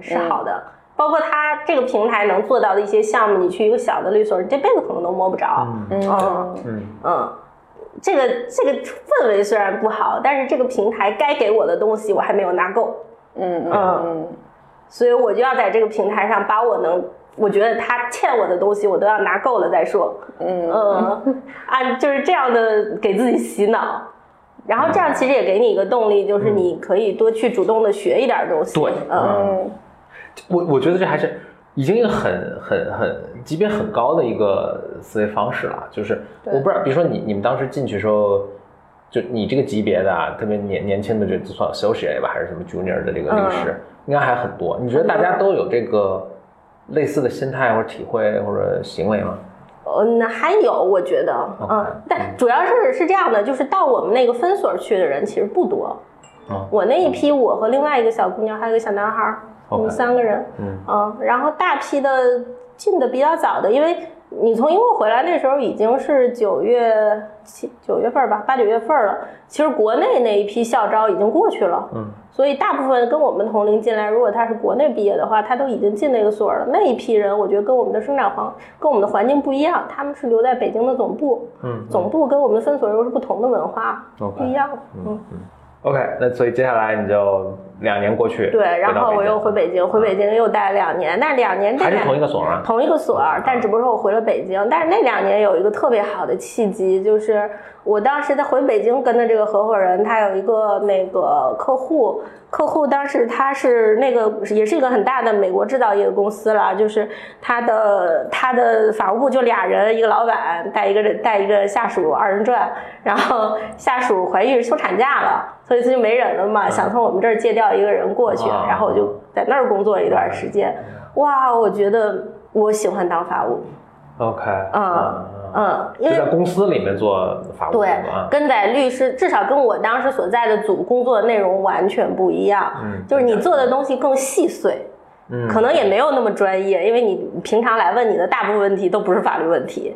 S4: 是好的。包括它这个平台能做到的一些项目，你去一个小的律所，你这辈子可能都摸不着。
S2: 嗯
S4: 嗯
S2: 嗯
S4: 嗯，这个这个氛围虽然不好，但是这个平台该给我的东西我还没有拿够。
S3: 嗯嗯
S4: 嗯
S3: 嗯
S4: 所以我就要在这个平台上把我能，我觉得他欠我的东西，我都要拿够了再说。
S3: 嗯
S4: 嗯，按就是这样的给自己洗脑，然后这样其实也给你一个动力，就是你可以多去主动的学一点东西。
S2: 对
S4: 嗯
S3: 嗯
S2: 我我觉得这还是已经一个很很很级别很高的一个思维方式了。就是
S3: 对
S2: 我不知道，比如说你你们当时进去时候，就你这个级别的啊，特别年年轻的这就算 associate 吧，还是什么 junior 的这个律
S4: 嗯
S2: 师，应该还很多。你觉得大家都有这个类似的心态或者体会或者行为吗？
S4: 嗯，还有我觉得，
S2: OK，
S4: 嗯，但主要是是这样的，就是到我们那个分所去的人其实不多。
S2: 嗯
S4: 我那一批，我和另外一个小姑娘，还有一个小男孩儿，我们
S2: OK
S4: 三个人。
S2: 嗯
S4: 嗯，然后大批的进的比较早的，因为你从英国回来那时候已经是九月七九月份儿吧，八九月份儿了。其实国内那一批校招已经过去了，
S2: 嗯
S4: 所以大部分跟我们同龄进来，如果他是国内毕业的话，他都已经进那个所儿了。那一批人，我觉得跟我们的生长环跟我们的环境不一样，他们是留在北京的总部，
S2: 嗯
S4: 总部跟我们的分所又是不同的文化，
S2: OK
S4: 不一样。嗯，
S2: OK，那所以接下来你就两年过去，
S4: 对，然后我又回
S2: 北
S4: 北京，回北京又待了两年，但是两年
S2: 京，还是
S4: 这
S2: 同
S4: 两
S2: 一个所啊？
S4: 同一个所，但只不过是我回了北京。但是那两年有一个特别好的契机，就是我当时在回北京跟的这个合伙人，他有一个那个客户，客户当时他是那个也是一个很大的美国制造业公司了，就是他的他的法务部就俩人，一个老板带一个带一个下属，二人转，然后下属怀孕休产假了。所以他就没人了嘛，想从我们这儿借调一个人过去，
S2: 啊
S4: 然后我就在那儿工作了一段时间。哇，我觉得我喜欢当法务，
S2: OK，
S4: 嗯
S2: 嗯，
S4: 嗯，因
S2: 就在
S4: 为
S2: 公司里面做法务工
S4: 对
S2: 作啊，
S4: 跟在律师，至少跟我当时所在的组工作的内容完全不一样，
S2: 嗯，
S4: 就是你做的东西更细碎，
S2: 嗯，
S4: 可能也没有那么专业，因为你平常来问你的大部分问题都不是法律问题，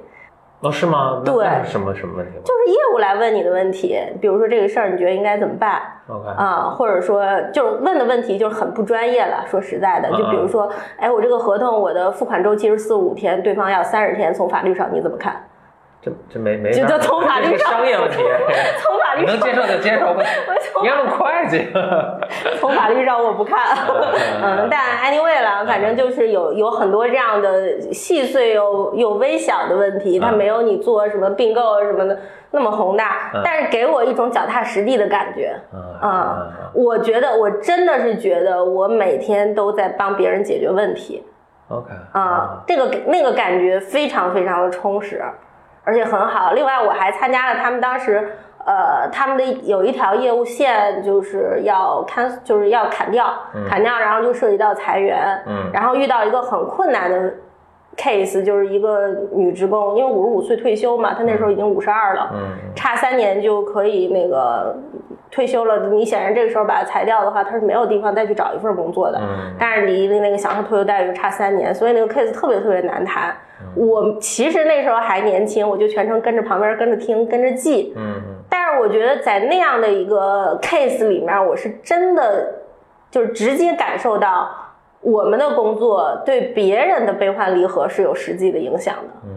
S2: 哦是吗？那
S4: 对
S2: 那是什么什么问题吗
S4: 就是业务来问你的问题，比如说这个事儿你觉得应该怎么办，
S2: ？OK，
S4: 啊、或者说就是问的问题就是很不专业了。说实在的，
S2: 嗯
S4: 就比如说，哎，我这个合同我的付款周期是四五天，对方要三十天，从法律上你怎么看？
S2: 这这没没
S4: 就
S2: 法，
S4: 就从法律
S2: 这是
S4: 上
S2: 商业问题，
S4: 从法律
S2: 能
S4: 上，
S2: 接受就接受， 不你要问会计，啊
S4: 从法律上我不看。 嗯，但 anyway 了，反
S2: 嗯
S4: 正就是有有很多这样的细碎又又微小的问题，它
S2: 嗯
S4: 没有你做什么并购啊什么的那么宏大
S2: 嗯，
S4: 但是给我一种脚踏实地的感觉。
S2: 嗯
S4: 啊。我觉得我真的是觉得我每天都在帮别人解决问题。
S2: OK，嗯
S4: 啊，这个那个感觉非常非常的充实，而且很好。另外，我还参加了他们当时，呃，他们的有一条业务线就是要砍，就是要砍掉，砍掉，然后就涉及到裁员，
S2: 嗯
S4: 然后遇到一个很困难的 case，就是一个女职工，因为五十五岁退休嘛，她那时候已经五十二了，
S2: 嗯
S4: 差三年就可以那个退休了。你显然这个时候把她裁掉的话，她是没有地方再去找一份工作的。
S2: 嗯
S4: 但是离那个享受退休待遇差三年，所以那个 case 特别特别难谈。我其实那时候还年轻，我就全程跟着旁边跟着听跟着记，
S2: 嗯
S4: 但是我觉得在那样的一个 case 里面，我是真的就是直接感受到我们的工作对别人的悲欢离合是有实际的影响的。
S2: 嗯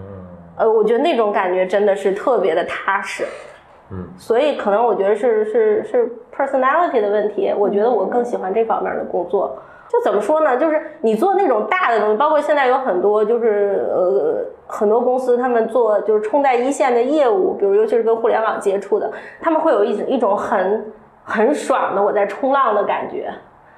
S4: 呃，我觉得那种感觉真的是特别的踏实。
S2: 嗯，
S4: 所以可能我觉得是是是 personality 的问题，我觉得我更喜欢这方面的工作。就怎么说呢？就是你做那种大的东西，包括现在有很多就是呃很多公司他们做就是冲在一线的业务，比如尤其是跟互联网接触的，他们会有一一种很很爽的我在冲浪的感觉，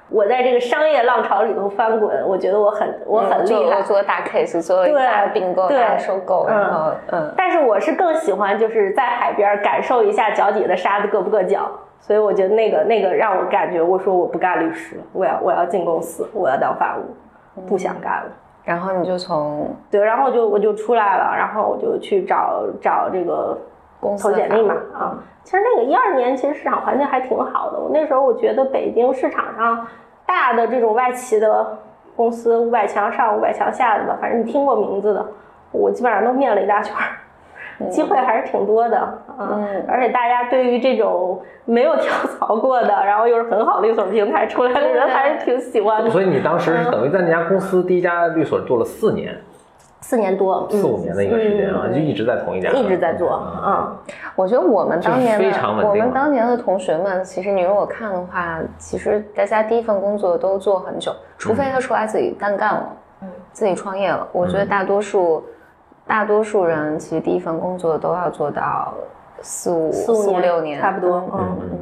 S4: 我在这个商业浪潮里头翻滚，我觉得我很我很
S3: 嗯做
S4: 厉害
S3: 我。做大 case，做了一个
S4: 对
S3: 大并购、
S4: 对
S3: 大收购，然后嗯，
S4: 但是我是更喜欢就是在海边儿感受一下脚底的沙子硌不硌脚，所以我觉得那个那个让我感觉，我说我不干律师了，我要我要进公司，我要当法务，不想干了。
S3: 然后你就从
S4: 对，然后就我就出来了，然后我就去找找这个
S3: 公司
S4: 投
S3: 的
S4: 简
S3: 法
S4: 历
S3: 务
S4: 嘛啊。其实那个一二年，其实市场环境还挺好的。我那时候我觉得北京市场上大的这种外企的公司，五百强上、五百强下的吧，反正你听过名字的，我基本上都面了一大圈儿，机会还是挺多的啊。
S3: 嗯
S4: 而且大家对于这种没有跳槽过的，然后又是很好的一所平台出来的人，
S3: 对
S4: 还是挺喜欢的。
S2: 所以你当
S4: 嗯
S2: 时是等于在那家公司第一家律所做了四年、
S4: 四年多，嗯
S2: 四五年的一个时间啊，
S4: 嗯嗯
S2: 就一直在同一家，
S4: 一直在做，
S2: 嗯
S4: 嗯。
S3: 我觉得我们当年
S2: 就是非常稳
S3: 的
S2: 定
S3: 我们当年的同学们，其实你如果看的话，其实大家第一份工作都做很久，除
S2: 嗯
S3: 非他出来自己单干了，
S4: 嗯
S3: 自己创业了。我觉得大多数、大多数人其实第一份工作都要做到四五
S4: 四五
S3: 五
S4: 年
S3: 六年，
S4: 差不多
S2: 嗯
S4: 嗯
S2: 嗯，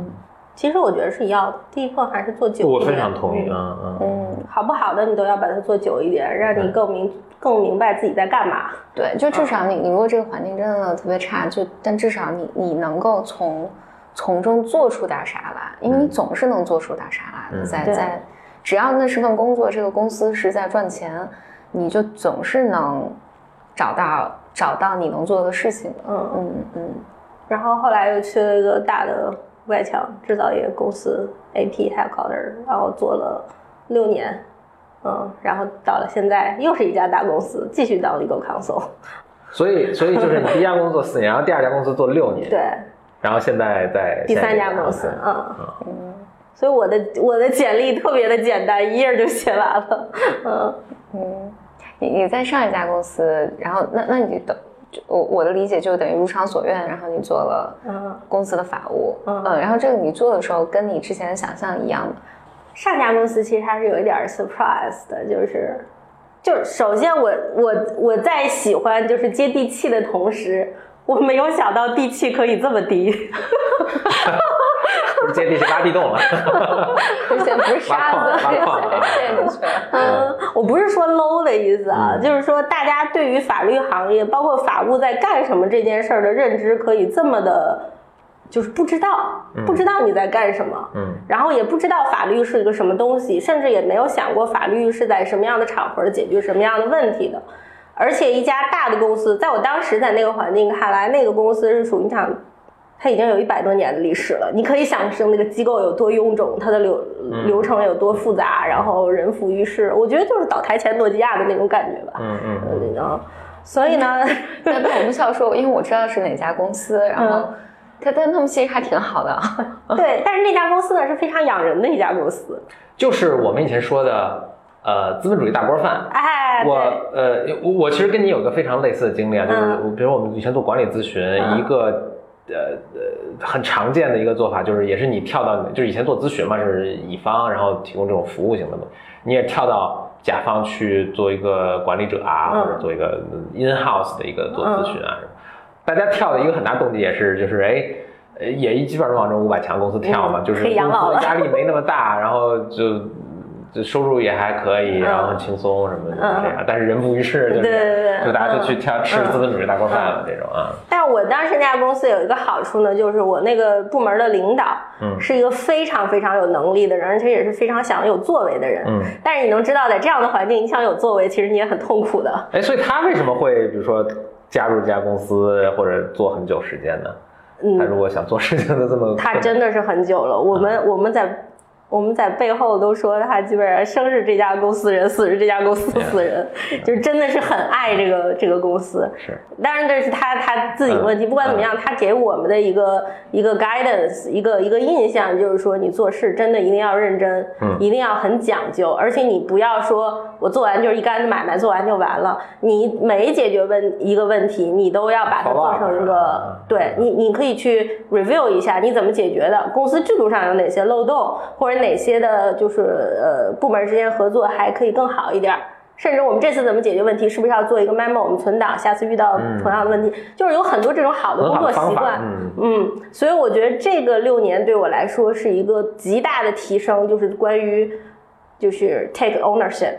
S4: 其实我觉得是要的，第一份还是做久一点。
S2: 我非常同意，
S4: 嗯
S2: 嗯嗯
S3: 嗯，
S4: 好不好的你都要把它做久一点，让你更明更明白自己在干嘛。
S3: 对，就至少你你如果这个环境真的特别差，就但至少你你能够从从中做出点啥来，因为你总是能做出点啥来的，
S2: 嗯
S3: 在
S4: 对
S3: 在只要那是份工作，这个公司是在赚钱，你就总是能找到找到你能做的事情的。
S4: 嗯，
S3: 嗯嗯，
S4: 然后后来又去了一个大的外强制造业公司 AP headquarter，然后做了六年。嗯，然后到了现在又是一家大公司，继续当 legal counsel。
S2: 所以所以就是你第一家公司做四年，然后第二家公司做六年，
S4: 对，
S2: 然后现在在
S4: 第三家公司， 嗯，所以我的我的简历特别的简单，一页就写完了。嗯，
S3: 你你在上一家公司，然后那那你等。就我我的理解就等于如偿所愿，然后你做了
S4: 嗯
S3: 公司的法务，
S4: 嗯
S3: 然后这个你做的时候跟你之前的想象一样吗？
S4: 上家公司其实还是有一点儿 surprise 的，就是，就是首先我我我在喜欢就是接地气的同时，我没有想到地气可以这么低，
S2: 不是接地气挖地洞了。
S3: 而且不是沙
S2: 挖
S3: 子，
S2: 矿啊挖矿
S3: 陷进去了。
S4: 嗯， 我不是说 low 的意思啊，
S2: 嗯
S4: 就是说大家对于法律行业，包括法务在干什么这件事儿的认知，可以这么的，就是不知道，不知道你在干什么。
S2: 嗯
S4: 然后也不知道法律是一个什么东西，甚至也没有想过法律是在什么样的场合解决什么样的问题的。而且一家大的公司，在我当时在那个环境看来，那个公司是属于你想，它已经有一百多年的历史了，你可以想象那个机构有多臃肿，它的流
S2: 嗯
S4: 流程有多复杂，然后人浮于事。我觉得就是倒台前诺基亚的那种感觉吧。
S2: 嗯嗯嗯，
S4: 嗯，啊所 以呢，
S3: 但但我不笑说，因为我知道是哪家公司，然后
S4: 嗯
S3: 他但他们其实还挺好的。
S4: 对，但是那家公司呢是非常养人的一家公司。
S2: 就是我们以前说的，呃，资本主义大锅饭。
S4: 哎，
S2: 我
S4: 对
S2: 呃，我我其实跟你有个非常类似的经历啊，就是
S4: 嗯
S2: 我比如我们以前做管理咨询，
S4: 嗯
S2: 一个呃呃很常见的一个做法就是，也是你跳到就是以前做咨询嘛，是乙方，然后提供这种服务型的嘛，你也跳到甲方去做一个管理者啊，
S4: 嗯
S2: 或者做一个 in house 的一个做咨询啊什么。大家跳的一个很大动机也是就是哎。呃也基本上往这五百强公司跳嘛，
S4: 嗯
S2: 就是
S4: 可以养老
S2: 公
S4: 了
S2: 司压力没那么大，然后就就收入也还可以，
S4: 嗯
S2: 然后很轻松什么的
S4: 嗯
S2: 这样，但是人浮于事，就是
S4: 对对对
S2: 就大家就去
S4: 嗯
S2: 挑吃
S4: 嗯
S2: 资本主义大锅饭了这种啊，
S4: 但我当时那家公司有一个好处呢，就是我那个部门的领导
S2: 嗯
S4: 是一个非常非常有能力的人，而且也是非常想有作为的人。
S2: 嗯，
S4: 但是你能知道，在这样的环境，你想有作为，其实你也很痛苦的。
S2: 哎，所以他为什么会比如说加入这家公司或者做很久时间呢？他如
S4: 嗯，
S2: 果想做事情都这么，
S4: 他真的是很久了。我们我们在我们在背后都说他基本上生是这家公司人，死是这家公司死人，就真哎的是很爱这个这个公司。
S2: 是
S4: 当然这是他他自己问题，
S2: 嗯
S4: 不管怎么样，他给我们的一个一个 guidance，一个一个印象就是说，你做事真的一定要认真，
S2: 嗯
S4: 一定要很讲究，而且你不要说我做完就是一竿子买卖，做完就完了。你每解决问一个问题，你都要把它
S2: Follow
S4: 做
S2: up
S4: 成一个
S2: 嗯，
S4: 对你你可以去 review 一下你怎么解决的，公司制度上有哪些漏洞，或者哪些的就是呃部门之间合作还可以更好一点儿。甚至我们这次怎么解决问题，是不是要做一个 memo，我们存档，下次遇到
S2: 嗯
S4: 同样的问题，就是有很多这种好的
S2: 很
S4: 工
S2: 好
S4: 作
S2: 的方
S4: 习
S2: 法，
S4: 惯。
S2: 嗯
S4: 嗯，所以我觉得这个六年对我来说是一个极大的提升，就是关于就是 take ownership，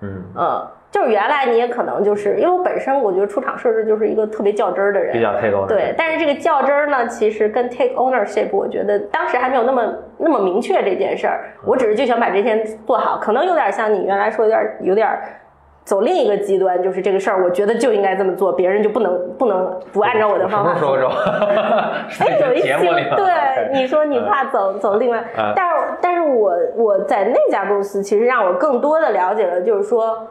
S2: 嗯，
S4: 嗯，就是原来你也可能就是因为我本身我觉得出厂设置就是一个特别较真儿的人，
S2: 比较 take over
S4: 对，但是这个较真儿呢，其实跟 take ownership，我觉得当时还没有那么那么明确这件事儿，
S2: 嗯
S4: 我只是就想把这件做好，可能有点像你原来说，有点有点走另一个极端，就是这个事儿，我觉得就应该这么做，别人就不能不能不按照我的方法
S2: 什么时候
S4: 做
S2: 说。过这种？
S4: 哎，有一
S2: 节
S4: 些
S2: 目里吗
S4: 对你说你怕走走另外
S2: 嗯，
S4: 但是但是我我在那家公司，其实让我更多的了解了，就是说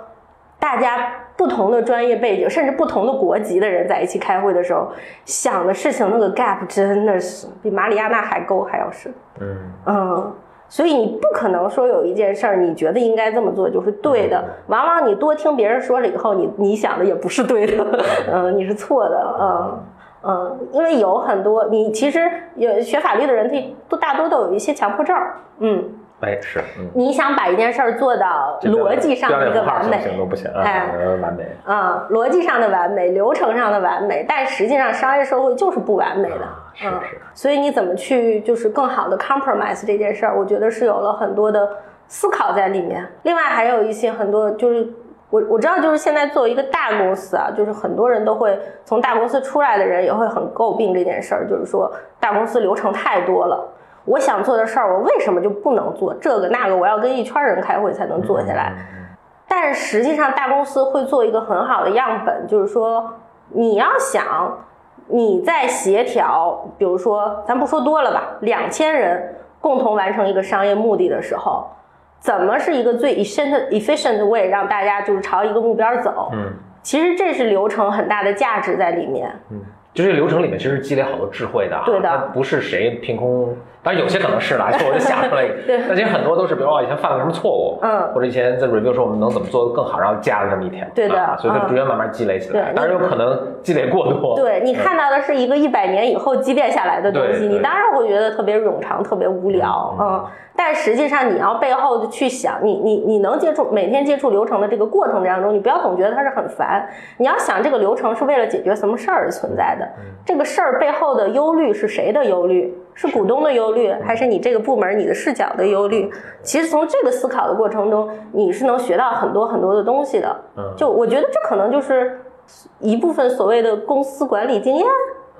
S4: 大家不同的专业背景，甚至不同的国籍的人在一起开会的时候，想的事情那个 gap 真的是比马里亚纳海沟还要深。
S2: 嗯
S4: 嗯，所以你不可能说有一件事儿，你觉得应该这么做就是对的，往往你多听别人说了以后，你你想的也不是对的， 嗯，你是错的，嗯。嗯，因为有很多你其实有学法律的人，他都大多都有一些强迫症儿。嗯，
S2: 哎是嗯，
S4: 你想把一件事儿做到
S2: 这标
S4: 逻
S2: 准
S4: 辑上的一个完
S2: 标准符号
S4: 美
S2: 行，都不行啊，
S4: 哎
S2: 完美。
S4: 啊、逻辑上的完美，流程上的完美，但实际上商业社会就是不完美的。
S2: 啊是
S4: 嗯
S2: 是
S4: 所以你怎么去就是更好的 compromise 这件事儿，我觉得是有了很多的思考在里面。另外还有一些很多就是。我我知道，就是现在作为一个大公司啊，就是很多人都会从大公司出来的人也会很诟病这件事儿，就是说大公司流程太多了，我想做的事儿我为什么就不能做？这个那个，我要跟一圈人开会才嗯能做下来。
S2: 嗯
S4: 但实际上，大公司会做一个很好的样本，就是说，你要想你在协调，比如说，咱不说多了吧，两千人共同完成一个商业目的的时候，怎么是一个最 efficient efficient 的 way 让大家就是朝一个目标走？
S2: 嗯，
S4: 其实这是流程很大的价值在里面。
S2: 嗯，就这个流程里面其实积累好多智慧的、啊，
S4: 对的
S2: 它不是谁凭空当然有些可能是啦，就我就想出来一个
S4: 对，
S2: 但其实很多都是，比如说哦以前犯了什么错误，
S4: 嗯
S2: 或者以前在 review 说我们能怎么做得更好，然后加了这么一条，
S4: 对的
S2: 啊所以它
S4: 嗯
S2: 逐渐慢慢积累起来，
S4: 对
S2: 当然有可能积累过多，
S4: 对你看到的是一个一百年以后积淀下来的东
S2: 嗯对
S4: 西，你
S2: 对
S4: 当然会觉得特别冗长、特别无聊，
S2: 嗯
S4: 嗯。但实际上，你要背后去想，你你你能接触每天接触流程的这个过程当中，你不要总觉得它是很烦，你要想这个流程是为了解决什么事儿而存在的，
S2: 嗯
S4: 这个事儿背后的忧虑是谁的忧虑？是股东的忧
S2: 嗯
S4: 虑，还是你这个部门、你的视角的忧虑？其实从这个思考的过程中，你是能学到很多很多的东西的。
S2: 嗯
S4: 就我觉得这可能就是一部分所谓的公司管理经验，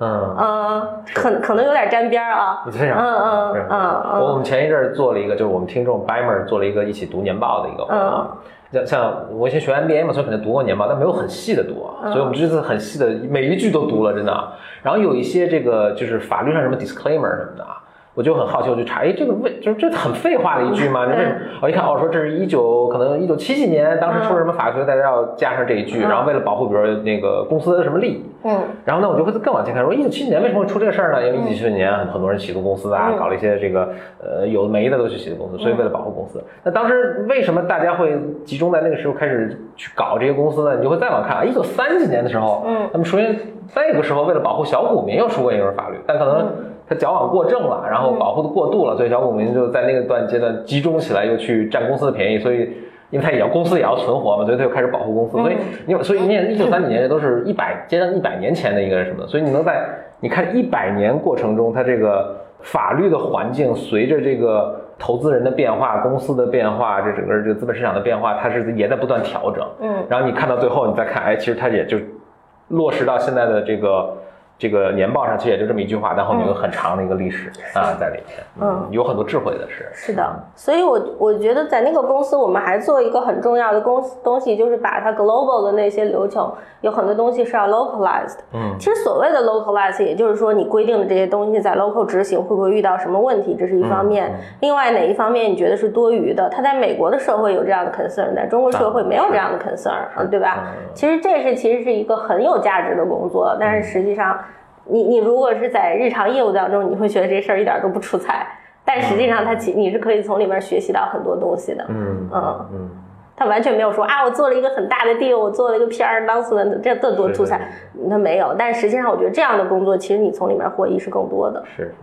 S2: 嗯。
S4: 嗯，可能可能有点沾边儿啊
S2: 你。非常
S4: 嗯嗯
S2: 非常
S4: 嗯嗯
S2: 我我们前一阵儿做了一个，就是我们听众 Bimer 做了一个一起读年报的一个活
S4: 嗯
S2: 动。啊像像我以前学 MBA 嘛，所以肯定读过年报，但没有很细的读啊，所以我们这次很细的每一句都读了，真的啊。然后有一些这个就是法律上什么 disclaimer 什么的啊，我就很好奇，我就查，哎，这个为就是这很废话的一句吗？这为什么？我一看，哦，说这是一九可能一九七几年，当时出了什么法律，大家要加上这一句，然后为了保护比如说那个公司的什么利益，
S3: 嗯
S2: 然后呢，我就会更往前看，说一九七几年为什么会出这个事儿呢？因为一九七几年很很多人起诉公司啊，
S3: 嗯
S2: 搞了一些这个呃有的没的都去起诉公司，所以为了保护公司。那当时为什么大家会集中在那个时候开始去搞这些公司呢？你就会再往看，一九三几年的时候，
S4: 嗯
S2: 他们出现那个时候为了保护小股民又出过一轮法律，但可能他矫枉过正了，然后保护的过度了，所以小股民就在那个段阶段集中起来又去占公司的便宜，所以。因为他也要公司也要存活嘛，所以他就开始保护公司，所以
S4: 嗯
S2: 你有所以你看一九三几年这都是一百接近一百年前的一个什么，所以你能在你看一百年过程中，它这个法律的环境随着这个投资人的变化、公司的变化，这整个这个资本市场的变化，它是也在不断调整。
S4: 嗯，
S2: 然后你看到最后，你再看，哎，其实它也就落实到现在的这个这个年报上，其实也就这么一句话，但后面有很长的一个历史、啊在里面，
S4: 嗯
S2: 有很多智慧的事。
S4: 是的，所以我我觉得在那个公司，我们还做一个很重要的公司东西，就是把它 global 的那些流程，有很多东西是要 localized。
S2: 嗯
S4: 其实所谓的 localize，也就是说你规定的这些东西在 local 执行会不会遇到什么问题，这是一方面。另外哪一方面你觉得是多余的？它在美国的社会有这样的 concern，在中国社会没有这样的 concern，、嗯、对吧？其实这是其实是一个很有价值的工作，但是实际上你你如果是在日常业务当中，你会觉得这事儿一点都不出彩，但实际上它其你是可以从里面学习到很多东西的。
S2: 嗯
S4: 嗯
S2: 嗯，
S4: 他完全没有说啊，我做了一个很大的 deal，我做了一个 PR announcement，这这多出彩，他没有。但实际上，我觉得这样的工作，其实你从里面获益是更 多的。
S2: 是。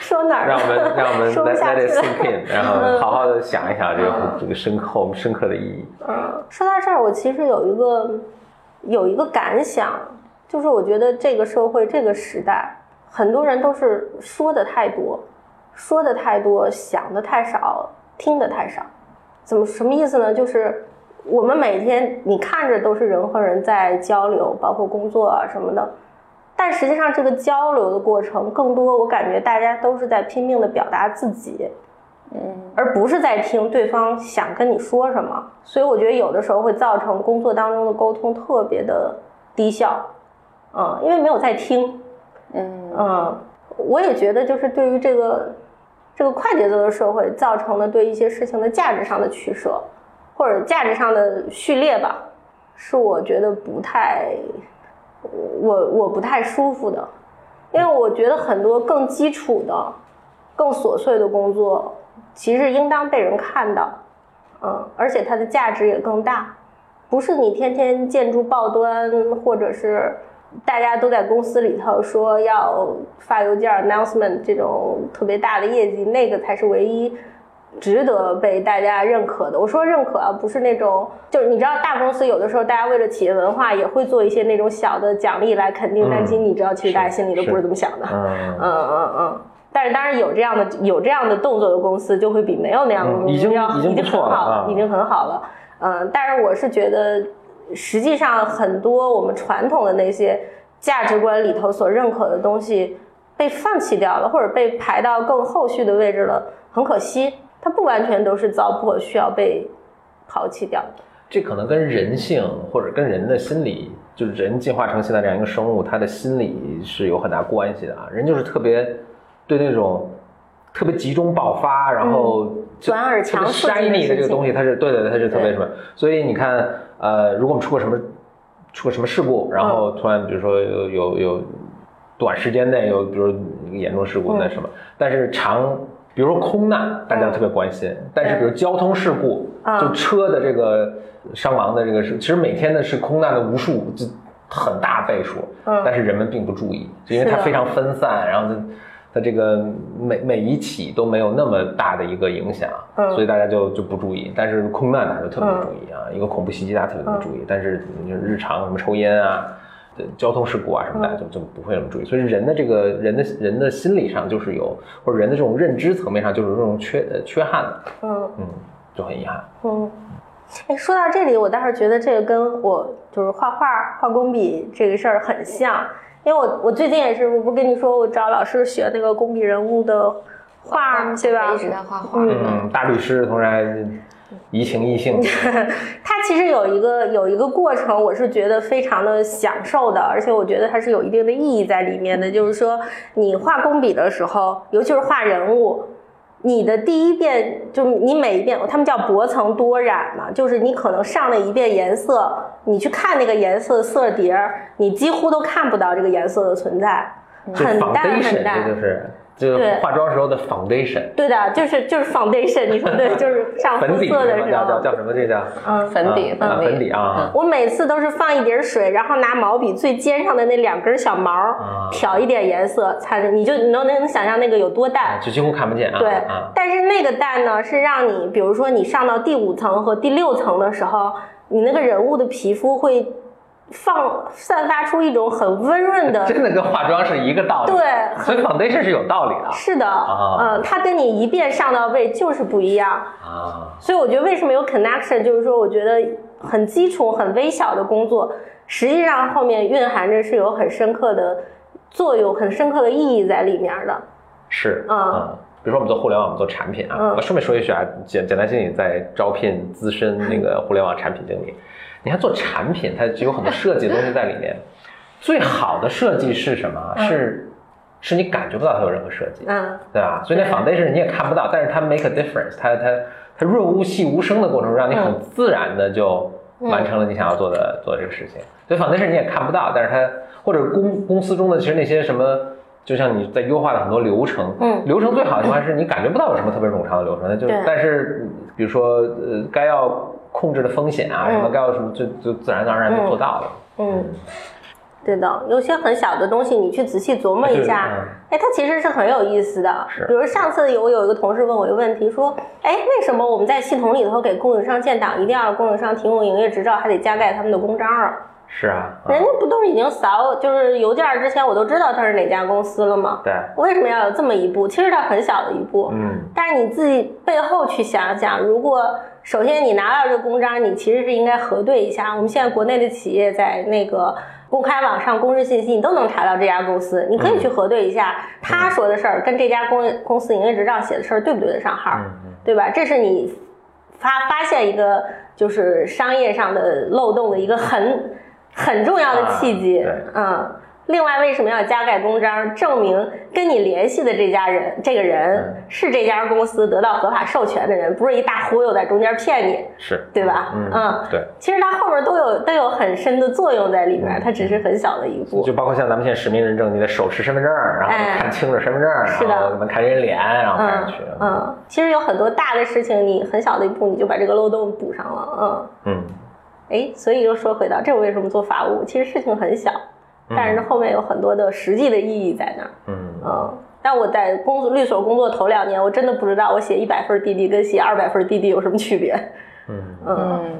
S4: 说哪儿 了？
S2: 让我 们让我们
S4: 说不
S2: let
S4: 下
S2: let
S4: 去
S2: it
S4: 了。
S2: sink in，然 后好好的想一想这个这个深刻我们深刻的意义。
S4: 嗯，说到这儿，我其实有一个有一个感想，就是我觉得这个社会这个时代，很多人都是说的太多，说的太多，想的太少，听的太少。怎么什么意思呢？就是我们每天你看着都是人和人在交流，包括工作啊什么的，但实际上这个交流的过程，更多我感觉大家都是在拼命的表达自己。
S3: 嗯
S4: 而不是在听对方想跟你说什么。所以我觉得有的时候会造成工作当中的沟通特别的低效，嗯，因为没有在听，
S3: 嗯
S4: 嗯，我也觉得就是对于这个这个快节奏的社会造成了对一些事情的价值上的取舍，或者价值上的序列吧，是我觉得不太我我不太舒服的，因为我觉得很多更基础的、更琐碎的工作，其实应当被人看到，嗯，而且它的价值也更大，不是你天天建筑报端，或者是大家都在公司里头说要发邮件 announcement 这种特别大的业绩，那个才是唯一。值得被大家认可的，我说认可啊，不是那种，就是你知道大公司有的时候大家为了企业文化也会做一些那种小的奖励来肯定，
S2: 嗯
S4: 但其实你知道，其实大家心里都
S2: 是
S4: 不是这么想的。
S2: 嗯，
S4: 嗯嗯嗯。但是当然有这样的有这样的动作的公司，就会比没有那样的公
S2: 嗯
S4: 司
S2: 已经
S4: 要
S2: 已经不错
S4: 很
S2: 了
S4: 好
S2: 啊
S4: 已经很好了。嗯，但是我是觉得，实际上很多我们传统的那些价值观里头所认可的东西被放弃掉了，或者被排到更后续的位置了，很可惜，它不完全都是糟粕，需要被抛弃掉的。
S2: 这可能跟人性或者跟人的心理，就是人进化成现在这样一个生物，他的心理是有很大关系的啊。人就是特别对那种特别集中爆发，然后就
S4: 转而嗯强
S2: 特
S4: 刺激
S2: 别
S4: 的
S2: shiny 的这个
S4: 事情
S2: 东西，它是对对对，它是特别
S4: 对
S2: 什么。所以你看，
S4: 嗯
S2: 呃，如果我们出个什么出个什么事故，然后突然比如说有有有短时间内有比如严重事
S4: 嗯
S2: 故那什么，但是长，比如说空难，大家特别关心，但是比如交通事故，
S4: 嗯
S2: 就车的这个伤亡的这个是，其实每天的是空难的无数，就很大倍数，
S4: 嗯
S2: 但是人们并不注意，就因为
S4: 是
S2: 它
S4: 的
S2: 非常分散，然后它它这个每每一起都没有那么大的一个影响，
S4: 嗯
S2: 所以大家就就不注意，但是空难大家就特别注意啊，
S4: 嗯
S2: 一个恐怖袭击大家特别不注意，但是你就日常什么抽烟啊。对交通事故啊什么
S4: 嗯
S2: 的，就就不会那么注意。所以人的这个人的人的心理上就是有，或者人的这种认知层面上就是有这种缺呃缺憾的，
S4: 嗯
S2: 嗯，就很遗憾。
S4: 嗯。哎，说到这里，我倒是觉得这个跟我就是画画、画工笔这个事儿很像，因为我我最近也是，我不是跟你说我找老师学那个工笔人物的画，嗯对吧？
S3: 一直在画画。
S2: 嗯，大律师同时还移情易 性，
S4: 它其实有一个有一个过程，我是觉得非常的享受的，而且我觉得它是有一定的意义在里面的。就是说，你画工笔的时候，尤其是画人物，你的第一遍就是你每一遍，他们叫薄层多染嘛，就是你可能上的一遍颜色，你去看那个颜色的色碟儿，你几乎都看不到这个颜色的存在，
S2: 这
S4: 很淡
S2: foundation
S4: 很淡
S2: 这。就是就是
S4: 对
S2: 化妆时候的 foundation，
S4: 对的，就是就是 foundation，你说对，就是上
S2: 粉
S4: 肤
S2: 底
S4: 啊色的
S2: 叫
S4: 时
S2: 叫
S4: 候，
S2: 叫什么？这叫
S4: 嗯，
S3: 粉底，
S2: 啊啊
S3: 底，
S2: 粉底啊
S3: 嗯，
S4: 我每次都是放一点水，然后拿毛笔最尖上的那两根小毛儿
S2: 啊
S4: 挑一点颜色，才能你就你能能想象那个有多淡。
S2: 就几乎看不见啊。
S4: 对
S2: 啊，，
S4: 但是那个淡呢，是让你，比如说你上到第五层和第六层的时候，你那个人物的皮肤会放散发出一种很温 润的，
S2: 真的跟化妆是一个道理。
S4: 对
S2: 所以 foundation 是有道理的
S4: 是的，
S2: 啊
S4: 嗯，它跟你一遍上到位就是不一样。
S2: 啊。
S4: 所以我觉得为什么有 connection，就是说我觉得很基础、很微小的工作，实际上后面蕴含着是有很深刻的作用、很深刻的意义在里面的。
S2: 是，
S4: 嗯
S2: 嗯，比如说我们做互联网，我们做产品啊，
S4: 嗯
S2: 我顺便说一句啊，简简单心理在招聘资深那个互联网产品经 理，你看做产品，它就有很多设计的东西在里面。最好的设计是什么？是是你感觉不到它有任何设计，
S4: 嗯
S2: 对吧？所以那
S4: 对
S2: foundation 你也看不到，但是它 make a difference，它它它润物细无声的过程中，让你
S4: 嗯
S2: 很自然的就完成了你想要做的、做的这个事情。所以 foundation 你也看不到，但是它或者公公司中的其实那些什么。就像你在优化的很多流程，
S4: 嗯
S2: 流程最好的情况是你感觉不到有什么特别冗长的流程，它就
S4: 对
S2: 但是比如说呃该要控制的风险啊什么，
S4: 嗯
S2: 该要什么就就自然而然就做到了。
S4: 嗯，对的，有些很小的东西，你去仔细琢磨一下，
S2: 嗯
S4: 哎，它其实是很有意思的。
S2: 是
S4: 比如上次有我有一个同事问我一个问题，说，哎，为什么我们在系统里头给供应商建档，一定要供应商提供营业执照，还得加盖他们的公章啊？
S2: 是啊，嗯
S4: 人家不都是已经扫，就是邮件儿之前我都知道它是哪家公司了吗？
S2: 对，
S4: 为什么要有这么一步？其实它很小的一步，
S2: 嗯，
S4: 但是你自己背后去想想，如果首先你拿到这个公章，你其实是应该核对一下。我们现在国内的企业在那个公开网上公示信息，你都能查到这家公司，你可以去核对一下他说的事儿跟这家公公司营业执照写的事儿对不对得上号
S2: 嗯
S4: 儿，对吧？这是你发发现一个就是商业上的漏洞的一个很很重要的契机，
S2: 啊
S4: 嗯。另外，为什么要加盖公章，证明跟你联系的这家人、这个人
S2: 嗯
S4: 是这家公司得到合法授权的人，不是一大忽悠在中间骗你，
S2: 是，
S4: 对吧？
S2: 嗯，
S4: 嗯
S2: 对。
S4: 其实它后面都有都有很深的作用在里面，它只是很小的一步
S2: 嗯
S4: 嗯
S2: 就。包括像咱们现在实名认证，你得手持身份证儿，然后
S4: 哎
S2: 看清楚身份证儿，
S4: 是的
S2: 然后能看人脸，然后看上
S4: 嗯
S2: 去。
S4: 嗯，其实有很多大的事情，你很小的一步你就把这个漏洞补上了。
S2: 嗯，
S4: 嗯，哎，所以又说回到这，我为什么做法务？其实事情很小，但是后面有很多的实际的意义在那儿。
S2: 嗯，
S4: 嗯，但我在工作律所工作头两年，我真的不知道我写一百分儿滴滴跟写二百分儿滴滴有什么区别。
S2: 嗯，
S4: 嗯
S3: 嗯，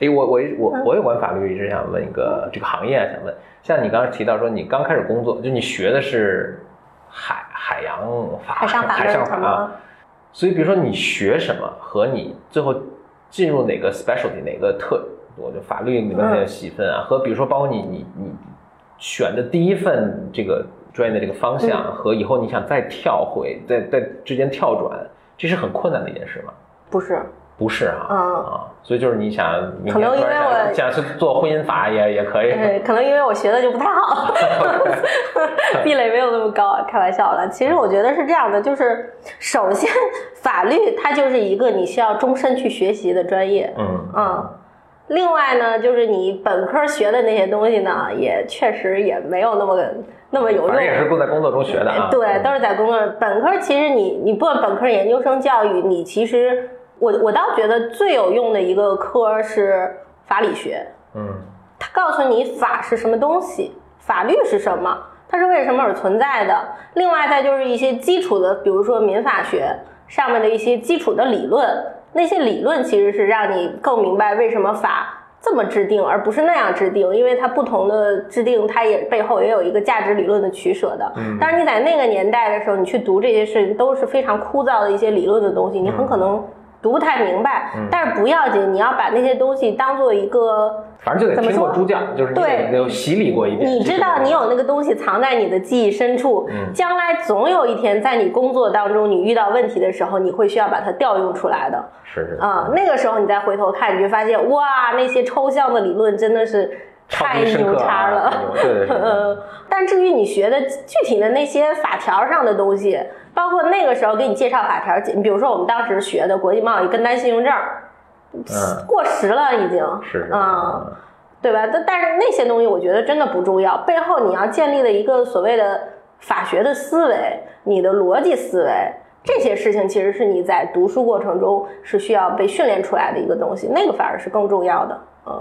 S2: 哎，我我我我有关法律一直想问一
S4: 嗯
S2: 个这个行业啊，想问，像你刚刚提到说你刚开始工作，就你学的是海海洋法，
S4: 海上法
S2: 海
S4: 律
S2: 上
S4: 什么
S2: 法，啊所以比如说你学什么和你最后进入哪个 specialty 哪个特，我就法律里面
S4: 嗯
S2: 的细分啊，和比如说包括你你你选的第一份这个专业的这个方向、
S4: 嗯
S2: 和以后你想再跳回在在之间跳转，这是很困难的一件事吗？
S4: 不是，
S2: 不是啊，
S4: 嗯
S2: 啊，所以就是你想明
S4: 可
S2: 天
S4: 能
S2: 突
S4: 因为
S2: 然
S4: 我
S2: 想想去做婚姻法也也可以，
S4: 呃，可能因为我学的就不太好，壁垒没有那么高啊，开玩笑了。其实我觉得是这样的，就是首先法律它就是一个你需要终身去学习的专业，
S2: 嗯
S4: 嗯，另外呢，就是你本科学的那些东西呢，也确实也没有那么 那么有
S2: 反正也
S4: 用。哎
S2: 是都在工作中学的啊。
S4: 对，都是在工作。本科其实你你不管本科研究生教育，你其实我我倒觉得最有用的一个科是法理学，
S2: 嗯
S4: 它告诉你法是什么东西，法律是什么，它是为什么而存在的。另外，再就是一些基础的，比如说民法学上面的一些基础的理论，那些理论其实是让你更明白为什么法。这么制定，而不是那样制定，因为它不同的制定，它也背后也有一个价值理论的取舍的。
S2: 嗯
S4: 当然，你在那个年代的时候，你去读这些事情都是非常枯燥的一些理论的东西，你很可能读不太明白。
S2: 嗯
S4: 但是不要紧，你要把那些东西当做一个
S2: 反正就得
S4: 怎么
S2: 听过
S4: 说
S2: 猪教，就是你
S4: 对
S2: 得得有洗礼过一遍。
S4: 你知道你有那个东西藏在你的记忆深处，
S2: 嗯
S4: 将来总有一天在你工作当中，你遇到问题的时候，你会需要把它调用出来的
S2: 是是
S4: 啊、那个时候你再回头看，你就发现哇，那些抽象的理论真的是
S2: 超
S4: 太
S2: 级深
S4: 牛
S2: 刻
S4: 叉
S2: 啊
S4: 了。
S2: 对 对对
S4: 呃，但至于你学的具体的那些法条上的东西，包括那个时候给你介绍法条，你比如说我们当时学的国际贸易跟单信用证，
S2: 嗯
S4: 过时了已经。
S2: 是是
S4: 啊、对吧？但但是那些东西我觉得真的不重要，背后你要建立的一个所谓的法学的思维，你的逻辑思维，这些事情其实是你在读书过程中是需要被训练出来的一个东西，那个反而是更重要的。嗯，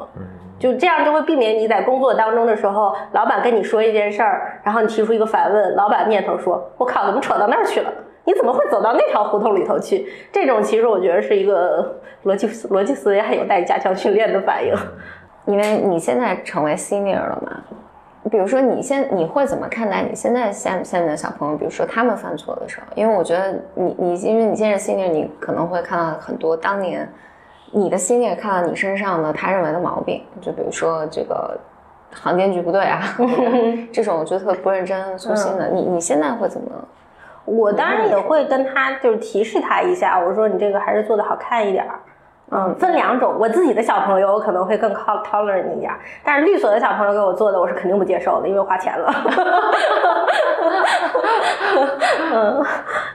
S4: 就这样就会避免你在工作当中的时候，老板跟你说一件事儿，然后你提出一个反问，老板面头说：“我靠，怎么扯到那儿去了？”你怎么会走到那条胡同里头去？这种其实我觉得是一个逻辑思逻辑思维还有待加强训练的反应。
S3: 因为你现在成为 senior 了嘛，比如说你现你会怎么看待你现在下下面的小朋友，比如说他们犯错的时候？因为我觉得你你因为你现在是 senior，你可能会看到很多当年你的 senior 看到你身上的他认为的毛病，就比如说这个航天局不对 啊，这种我觉得特别不认真粗心
S4: 嗯
S3: 的。你你现在会怎么？
S4: 我当然也会跟他就是提示他一下，我说你这个还是做的好看一点儿。嗯，分两种，我自己的小朋友我可能会更靠 tolerant 一点儿，但是律所的小朋友给我做的我是肯定不接受的，因为花钱了。嗯，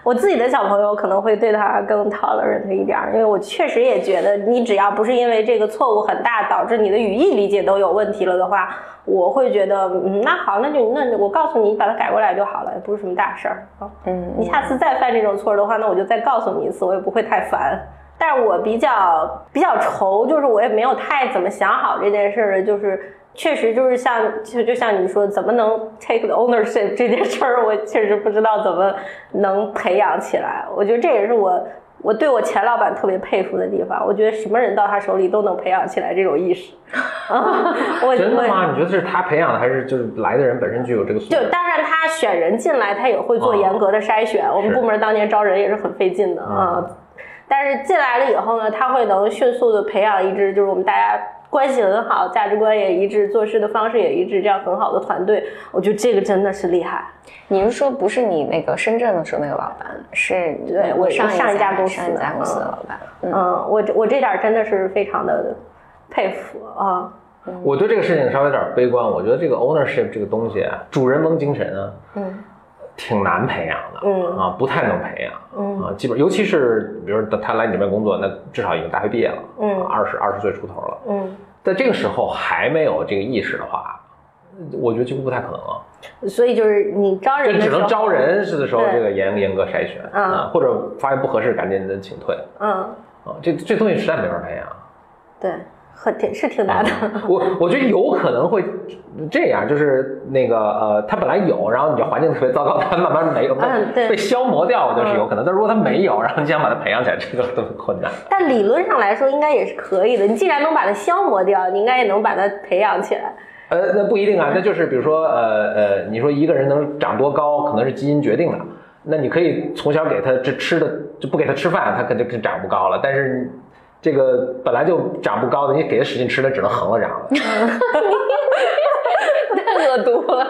S4: 我自己的小朋友可能会对他更 tolerant 一点儿，因为我确实也觉得你只要不是因为这个错误很大导致你的语义理解都有问题了的话，我会觉得嗯那好，那就那我告诉你，你把它改过来就好了，也不是什么大事儿啊。
S3: 嗯，
S4: 你下次再犯这种错儿的话，那我就再告诉你一次，我也不会太烦。但是我比较比较愁，就是我也没有太怎么想好这件事儿，就是确实就是像就就像你说，怎么能 take the ownership 这件事儿，我确实不知道怎么能培养起来。我觉得这也是我我对我前老板特别佩服的地方。我觉得什么人到他手里都能培养起来这种意识。 我
S2: 真的
S4: 我
S2: 吗？你觉得是他培养的，还是就是来的人本身具有这个素质？
S4: 就当然，他选人进来，他也会做严格的筛选。我们部门当年招人也是很费劲的啊、
S2: 啊嗯
S4: 但是进来了以后呢，他会能迅速的培养一支，就是我们大家关系很好，价值观也一致，做事的方式也一致，这样很好的团队，我觉得这个真的是厉害。
S3: 你是说不是你那个深圳的时候那个老板，是
S4: 对我
S3: 上
S4: 上一
S3: 一
S4: 家公司
S3: 上一家公司的
S4: 嗯
S3: 老板？
S4: 嗯，我这我这点儿真的是非常的佩服啊。
S2: 我对这个事情稍微有点悲观，我觉得这个 ownership 这个东西啊，主人翁精神啊，
S4: 嗯
S2: 挺难培养的，
S4: 嗯
S2: 啊，不太能培养
S4: 嗯
S2: 啊，基本尤其是比如说他来你这边工作，那至少已经大学毕业了，
S4: 嗯
S2: 二十二十岁出头了，
S4: 嗯，
S2: 在这个时候还没有这个意识的话，我觉得几乎不太可能啊。
S4: 嗯所以就是你招人
S2: 这只
S4: 的时候，
S2: 能招人是的时候，
S4: 对
S2: 这个严严格筛选
S4: 嗯
S2: 啊，或者发现不合适赶紧的请退
S4: 嗯，
S2: 啊，这这东西实在没法培养。
S4: 对，很挺是挺难的。
S2: 啊我我觉得有可能会这样，就是那个呃，他本来有，然后你这环境特别糟糕，他慢慢没有，
S4: 嗯对嗯
S2: 被消磨掉，我觉得是有可能。但如果他没有，然后你想把它培养起来，这个都很困难。
S4: 但理论上来说，应该也是可以的。你既然能把它消磨掉，你应该也能把它培养起来。
S2: 呃，那不一定啊，那就是比如说呃呃，你说一个人能长多高，可能是基因决定的。那你可以从小给他这吃的，就不给他吃饭，他肯定是长不高了。但是这个本来就长不高的，你给他使劲吃，他只 能横着长了。
S3: 太恶毒了。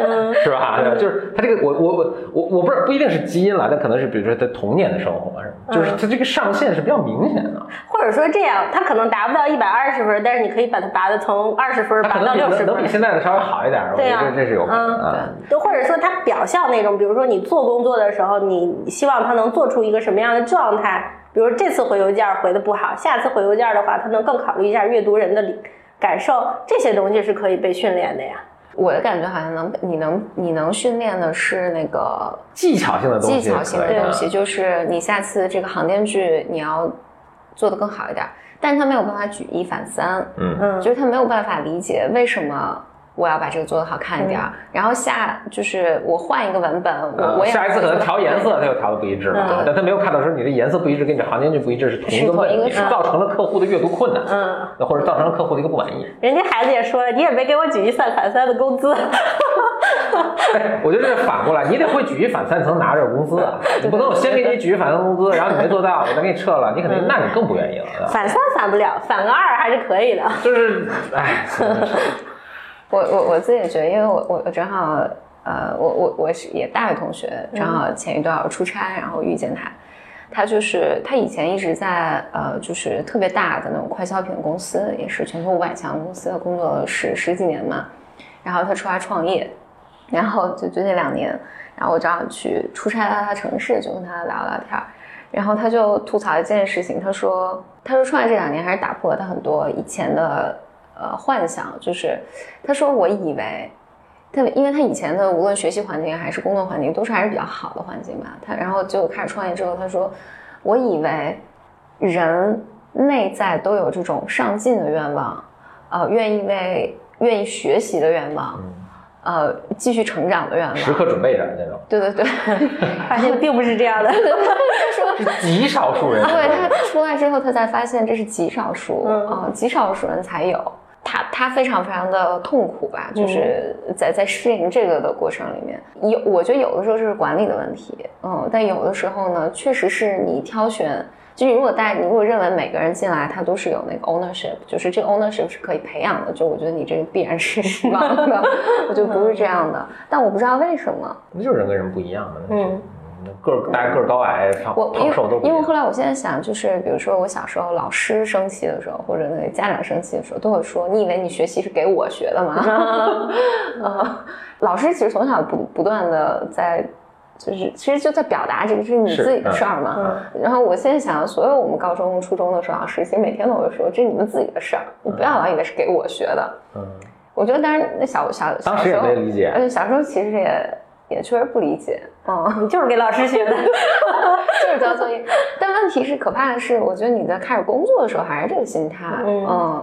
S4: 嗯
S2: 是吧？对吧就是他这个，我我我我我不是不一定是基因了，但可能是比如说他童年的生活是吧，
S4: 嗯
S2: 就是他这个上限是比较明显的，
S4: 或者说这样，他可能达不到一百二十分，但是你可以把它拔的从二十分
S2: 他
S4: 拔
S2: 可能
S4: 到
S2: 比
S4: 六十
S2: 能能比
S4: 分。
S2: 现在的稍微好一点，我
S4: 对
S2: 觉
S4: 啊
S2: 得这是有可能啊。
S4: 就或者说他表象那种，比如说你做工作的时候，你希望他能做出一个什么样的状态？比如这次回邮件回的不好，下次回邮件的话，他能更考虑一下阅读人的理感受，这些东西是可以被训练的呀。
S3: 我的感觉好像能，你能你能训练的是那个
S2: 技巧性的东西，啊
S3: 技巧性的东西，，就是你下次这个航天剧你要做的更好一点，但是他没有办法举一反三，
S2: 嗯，
S4: 嗯，
S3: 就是他没有办法理解为什么。我要把这个做的好看一点，
S2: 嗯
S3: 然后下就是我换一个文本，我、
S2: 呃
S3: 我也
S2: 下一次可能调颜色，它又调的不一致了啊
S3: 嗯，
S2: 但他没有看到说你的颜色不一致跟你的行情就不一致是同一
S3: 是
S2: 个
S3: 同一
S2: 问
S3: 个
S2: 题，
S3: 事儿
S2: 造成了客户的阅读困难，
S4: 嗯，
S2: 或者造成了客户的一个不满意。
S4: 人家孩子也说了，你也没给我举一三反三的工资。
S2: 哎，我觉得这反过来，你得会举一反三，才能拿着工资啊！你不能我先给你举一反三工资，然后你没做到，我再给你撤了，你肯定，那你更不愿意了。对吧
S4: 反三反不了，反个二还是可以的。
S2: 就是，哎，
S3: 我我我自己也觉得，因为我我我正好呃，我我我是也大学同学，正好前一段我出差，然后遇见他，他就是他以前一直在呃，就是特别大的那种快消品公司，也是全球五百强公司工作了十十几年嘛，然后他出来创业，然后就就那两年，然后我正好去出差到他城市，就跟他聊聊天儿。然后他就吐槽一件事情，他说：“他说创业这两年还是打破了他很多以前的呃幻想，就是他说我以为他，因为他以前的无论学习环境还是工作环境都是还是比较好的环境吧，他然后结果开始创业之后，他说我以为人内在都有这种上进的愿望，呃，愿意为愿意学习的愿望，呃，继续成长的愿望，
S2: 时刻准备着那种，
S3: 对对 对，
S4: 发现并不是这样的。
S2: 是极少数人。
S3: 对他出来之后，他才发现这是极少数，
S4: 嗯
S3: 啊，极少数人才有。他他非常非常的痛苦吧，就是在在适应这个的过程里面，有我觉得有的时候是管理的问题，嗯，但有的时候呢，确实是你挑选，就你如果带，你如果认为每个人进来他都是有那个 ownership，就是这个 ownership 是可以培养的，就我觉得你这个必然是 失望的，我觉得不是这样的，但我不知道为什么，
S2: 那就是人跟人不一样嘛。那
S4: 嗯
S2: 那个儿大家个儿高矮、胖
S3: 我因
S2: 胖瘦都
S3: 为
S2: 不一
S3: 因为后
S2: 样。
S3: 来我现在想，就是比如说我小时候老师生气的时候，或者那个家长生气的时候，都会说：“你以为你学习是给我学的 吗？”呃，老师其实从小不不断的在，就是其实就在表达这个是你
S2: 是
S3: 自己的
S2: 嗯
S3: 事儿嘛。然后我现在想，所有我们高中、初中的时候，老师其实每天都会说：“这是你们自己的事儿，你不要老以为是给我学的。
S2: 嗯，”
S3: 我觉得，当然，那小小
S2: 当
S3: 小
S2: 时
S3: 时
S2: 也
S3: 候
S2: 没，理解。
S3: 嗯，小时候其实也也确实不理解，嗯。
S4: 你就是给老师学的，
S3: 就是交作业。但问题是，可怕的是，我觉得你在开始工作的时候还是这个心态。
S4: 嗯
S3: 嗯，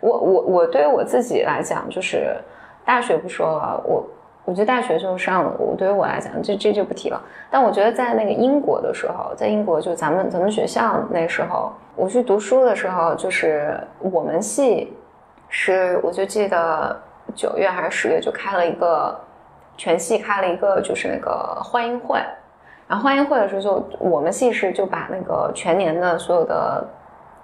S3: 我我我对于我自己来讲，就是大学不说了，我我觉得大学就上了。我对于我来讲，这这就不提了。但我觉得在那个英国的时候，在英国就咱们咱们学校那时候，我去读书的时候，就是我们系是我就记得九月还是十月就开了一个全系开了一个就是那个欢迎会，然后欢迎会的时候就我们系是就把那个全年的所有的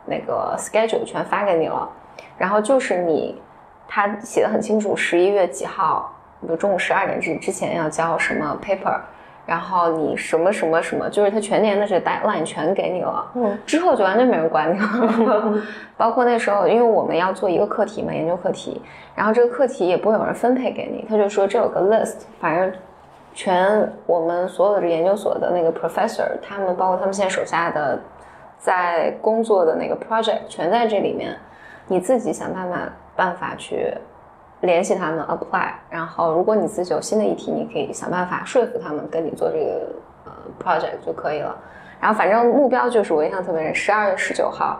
S3: 那个 schedule 全发给你了，然后就是你他写的很清楚，十一月几号，比如中午十二点之之前要交什么 paper。然后你什么什么什么，就是他全年的这 deadline 全给你了，
S4: 嗯，
S3: 之后就完全没人管你了。包括那时候，因为我们要做一个课题嘛，研究课题，然后这个课题也不会有人分配给你，他就说这有个 list，反正全我们所有的研究所的那个 professor，他们包括他们现在手下的在工作的那个 project 全在这里面，你自己想办法办法去联系他们 apply，然后如果你自己有新的议题，你可以想办法说服他们跟你做这个呃 project 就可以了。然后反正目标就是我印象特别深，十二月十九号，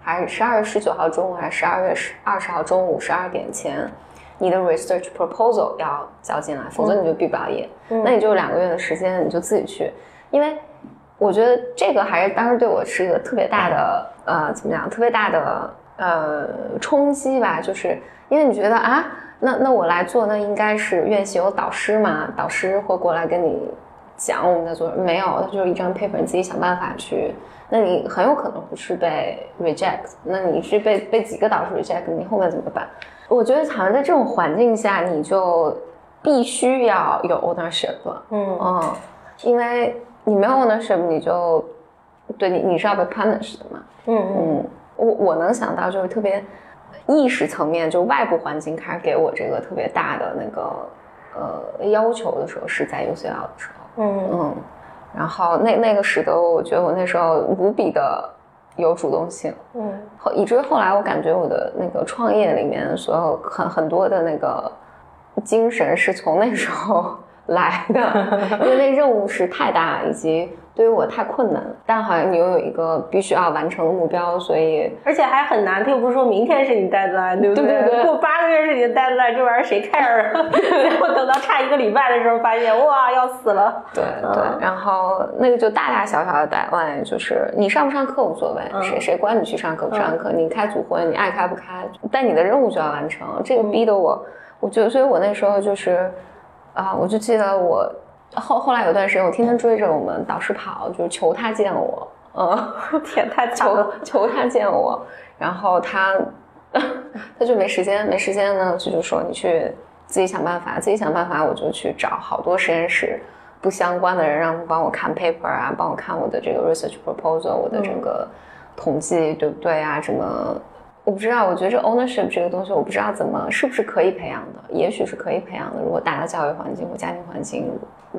S3: 还是十二月十九号中午，还是十二月十二十号中午十二点前，你的 research proposal 要交进来，否则你就毕不了业。
S4: 嗯
S3: 那你就有两个月的时间，你就自己去，因为我觉得这个还是当时对我是一个特别大的呃，怎么讲，特别大的呃冲击吧，就是因为你觉得啊，那那我来做，那应该是院系有导师嘛，导师会过来跟你讲我们在做什么，没有，他就是一张 paper，你自己想办法去。那你很有可能会是被 reject，那你是被被几个导师 reject，你后面怎么办？我觉得好像在这种环境下，你就必须要有 ownership 了。
S4: 嗯，
S3: 嗯，因为你没有 ownership，你就对你你是要被 punish 的嘛。
S4: 嗯
S3: 嗯，我我能想到就是特别意识层面，就外部环境开始给我这个特别大的那个呃要求的时候，是在 UCL 的时候。
S4: 嗯
S3: 嗯，然后那那个使得我觉得我那时候无比的有主动性。
S4: 嗯
S3: 后以至于后来我感觉我的那个创业里面所有很很多的那个精神是从那时候来的，因为那任务是太大，以及对于我太困难了。但好像你又有一个必须要完成的目标，所以
S4: 而且还很难，并不是说明天是你 deadline，对不
S3: 对对对
S4: 过八个月是你的 deadline，这玩意儿谁 care 啊？然后等到差一个礼拜的时候，发现哇要死了。
S3: 对对。嗯然后那个就大大小小的 deadline，就是你上不上课无所谓，
S4: 嗯
S3: 谁谁管你去上课不上课，你开组会你爱开不开，但你的任务就要完成。这
S4: 嗯
S3: 个逼得我，我就所以，我那时候就是啊、我就记得我后后来有段时间，我天天追着我们导师跑，就是求他见我，嗯，
S4: 天，太惨
S3: 求
S4: 了。
S3: 求他见我，然后他 他就没时间，没时间呢，就就说你去自己想办法，自己想办法，我就去找好多实验室不相关的人，让他们帮我看 paper 啊，帮我看我的这个 research proposal，我的整个统计、对不对啊？什么？我不知道，我觉得这 ownership 这个东西，我不知道怎么是不是可以培养的，也许是可以培养的。如果大的教育环境或家庭环境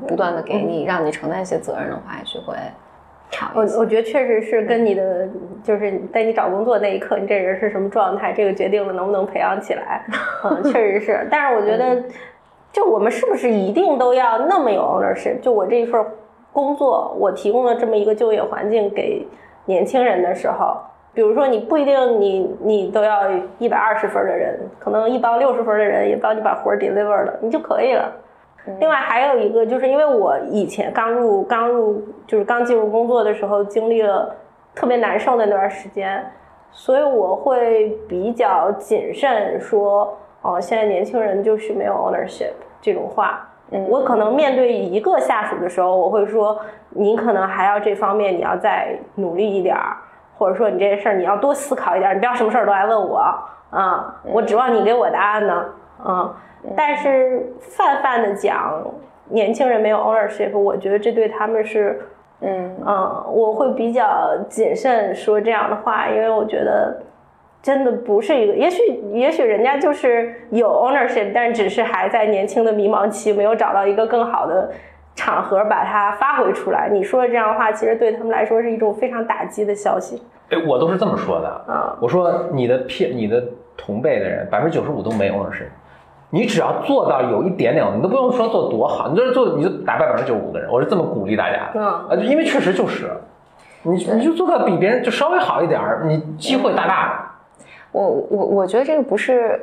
S3: 不断的给你，让你承担一些责任的话，也许会
S4: 嗯我
S3: 好一些。
S4: 我觉得确实是跟你的，就是在你找工作那一刻，你这人是什么状态，这个决定了能不能培养起 来。嗯，确实是。但是我觉
S3: 嗯
S4: 得，就我们是不是一定都要那么有 ownership？就我这一份工作，我提供了这么一个就业环境给年轻人的时候，比如说你不一定你你都要一百二十分的人，可能一帮六十分的人也帮你把活儿 deliver 了，你就可以了。另外还有一个，就是因为我以前刚入刚入就是刚进入工作的时候，经历了特别难受的那段时间，所以我会比较谨慎说，哦，现在年轻人就是没有 ownership 这种话。
S3: 嗯
S4: 我可能面对一个下属的时候，我会说，你可能还要这方面你要再努力一点儿，或者说你这事儿你要多思考一点儿，你不要什么事儿都来问我啊，我指望你给我答案呢，啊。但是泛泛的讲，年轻人没有 ownership，我觉得这对他们是
S3: 嗯。
S4: 嗯，我会比较谨慎说这样的话，因为我觉得真的不是一个，也许也许人家就是有 ownership，但只是还在年轻的迷茫期，没有找到一个更好的场合把它发挥出来。你说的这样的话，其实对他们来说是一种非常打击的消息。
S2: 哎，我都是这么说的。
S4: 嗯
S2: 我说你的偏你的同辈的人百分之九十五都没 ownership，你只要做到有一点点，你都不用说做多好，你就是做你就打败百分之九十五的人，我是这么鼓励大家的。
S4: 嗯
S2: 啊，就因为确实就是，你你就做到比别人就稍微好一点儿，你机会大大。
S3: 我我我觉得这个不是，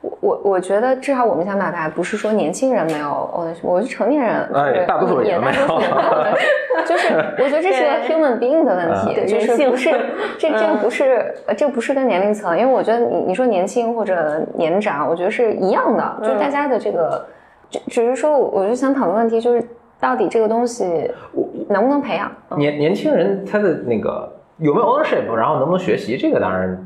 S3: 我我我觉得至少我们想表达不是说年轻人没有 ownership，我觉得成年人
S2: 哎
S3: 对
S2: 大多数
S3: 也
S2: 人
S3: 大
S2: 没有
S3: 多数人 就是我觉得这是个
S4: 对
S3: human being 的
S2: 啊
S3: 问
S4: 对
S3: 题，就
S4: 人
S3: 是
S4: 性嗯
S3: 不是 这这个不是呃这不是跟年龄层，因为我觉得你你说年轻或者年长，我觉得是一样的，就
S4: 嗯
S3: 大家的这个，只只是说我就想讨论问题就是到底这个东西能不能培养？嗯
S4: 哦
S2: 年年轻人他的那个有没有 ownership，然后能不能学习，这个当然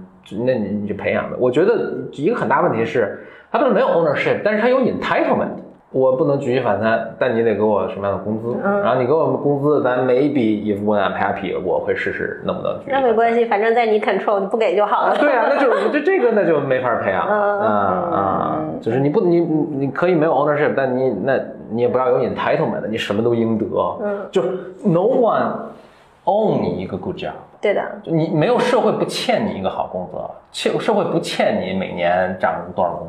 S2: 那你你就培养的。我觉得一个很大问题是，他不是没有 ownership，但是他有 entitlement。我不能举一反三，但你得给我什么样的工资？
S4: 嗯
S2: 然后你给我们工资，咱 maybe if we're not happy，我会试试能不能举一
S4: 那
S2: 反三。
S4: 没关系，反正在你 control，你不给就好
S2: 啊，
S4: 了。
S2: 对啊，那就是这这个那就没法培养
S4: 嗯
S2: 啊啊，就是你不你你你可以没有 ownership，但你那你也不要有 entitlement，你什么都应得，
S4: 嗯，
S2: 就 no one own 你一个 good job，
S4: 对的，
S2: 就你没有社会不欠你一个好工作，欠社会不欠你每年涨多少工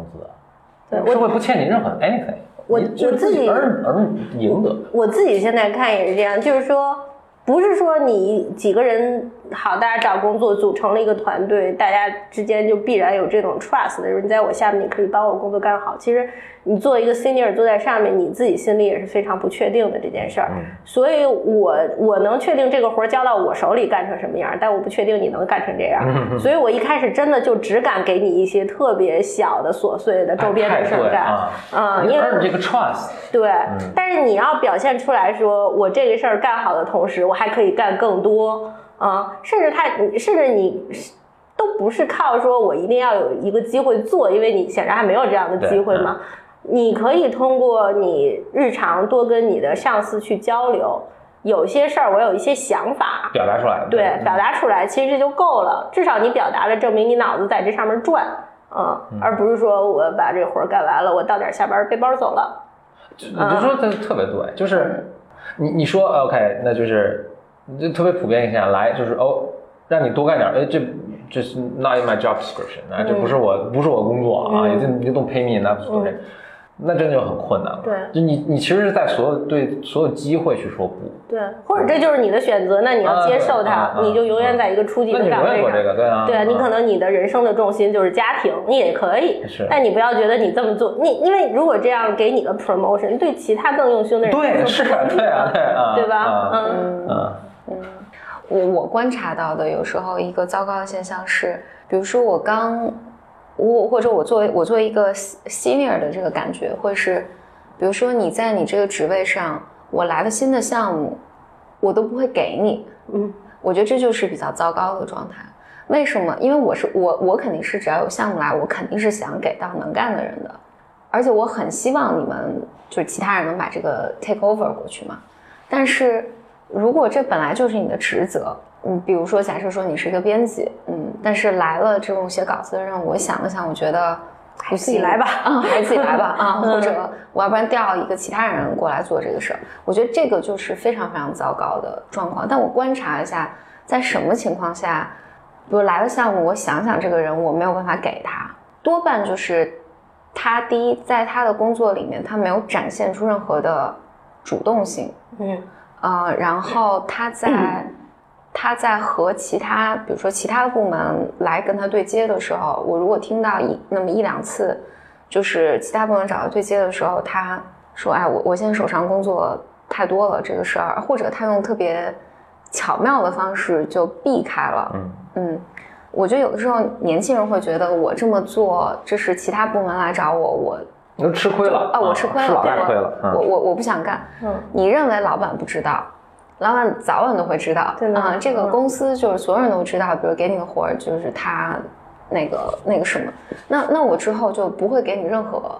S4: 对
S2: 资，
S4: 我
S2: 社会不欠你任何 anything，
S4: 我
S2: 你就是
S4: 我自己
S2: 而而赢得，
S4: 我自己现在看也是这样，就是说，不是说你几个人好，大家找工作组成了一个团队，大家之间就必然有这种 trust 的，就是你在我下面，你可以帮我工作干好。其实你做一个 senior 坐在上面，你自己心里也是非常不确定的这件事儿。
S2: 嗯
S4: 所以我我能确定这个活儿交到我手里干成什么样儿，但我不确定你能干成这样
S2: 嗯
S4: 儿。所以我一开始真的就只敢给你一些特别小的琐碎的 周边
S2: 哎太
S4: 的事
S2: 对
S4: 儿干。
S2: 啊，
S4: 嗯，
S2: 你
S4: 因为
S2: earn 这个 trust，
S4: 对，但是你要表现出来说，我这个事儿干好的同时，我还可以干更多啊，甚至他，甚至你都不是靠说我一定要有一个机会做，因为你显然还没有这样的机会嘛。你可以通过你日常多跟你的上司去交流，有些事儿我有一些想法，
S2: 表达出来，
S4: 对，嗯表达出来其实这就够了，至少你表达了，证明你脑子在这上面转，嗯，而不是说我把这活儿干完了，我到点儿下班儿背包走了，
S2: 就你就
S4: 嗯
S2: 说的特别对，就是你你说呃 OK，那就是就特别普遍一下来，就是哦，让你多干点儿，哎，这这是 not in my job description 啊，这不是我不是我工作啊，
S4: 嗯
S2: 也就你就 don't pay me enough for it，那真的就很困难了。
S4: 对
S2: 就你你其实是在所有对所有机会去说不，
S4: 对，或者这就是你的选择，那你要接受
S2: 啊
S4: 它，
S2: 对啊
S4: 你就永远在一个初级
S2: 那
S4: 的
S2: 你
S4: 岗
S2: 永远
S4: 位
S2: 做这
S4: 上。
S2: 个，对啊，
S4: 对你可
S2: 啊
S4: 能你的人生的重心就是家庭，你也可以
S2: 是，
S4: 但你不要觉得你这么做，你因为如果这样给你了 promotion，对其他更用心的人
S2: 对
S4: 就是不公平
S2: 对啊
S4: 的
S2: 对啊，
S4: 对吧
S2: 啊？
S4: 嗯，
S2: 嗯
S3: 我我观察到的，有时候一个糟糕的现象是，比如说我刚，我或者我作为我作为一个 se- senior 的这个感觉，会是，比如说你在你这个职位上，我来了新的项目，我都不会给你，
S4: 嗯，
S3: 我觉得这就是比较糟糕的状态。为什么？因为我是我，我肯定是只要有项目来，我肯定是想给到能干的人的，而且我很希望你们就是其他人能把这个 take over 过去嘛。但是如果这本来就是你的职责，嗯，比如说假设说你是一个编辑，嗯，但是来了这种写稿子的任务，我想了想，我觉得不
S4: 自己
S3: 行
S4: 来吧
S3: 啊，还是自己来吧啊，
S4: 嗯
S3: 或者我要不然调一个其他人过来做这个事儿，我觉得这个就是非常非常糟糕的状况。但我观察一下，在什么情况下，比如来了项目，我想想这个人我没有办法给他，多半就是他第一，在他的工作里面他没有展现出任何的主动性，
S4: 嗯，
S3: 呃，然后 他在、他在和其他，比如说其他的部门来跟他对接的时候，我如果听到一那么一两次，就是其他部门找他对接的时候，他说：“哎，我我现在手上工作太多了，这个事儿。”或者他用特别巧妙的方式就避开了。
S2: 嗯
S3: 嗯，我觉得有的时候年轻人会觉得我这么做，这是其他部门来找我，我
S2: 你都吃亏了
S4: 哦
S3: 啊，我吃亏
S2: 是
S3: 了，
S2: 老
S3: 对
S2: 大
S3: 我
S2: 亏了，嗯
S3: 我我我不想干。
S4: 嗯，
S3: 你认为老板不知道，老板早晚都会知道。
S4: 对的
S3: 啊、这个
S4: 嗯
S3: 公司就是所有人都知道，比如给你的活儿就是他那个那个什么，那那我之后就不会给你任何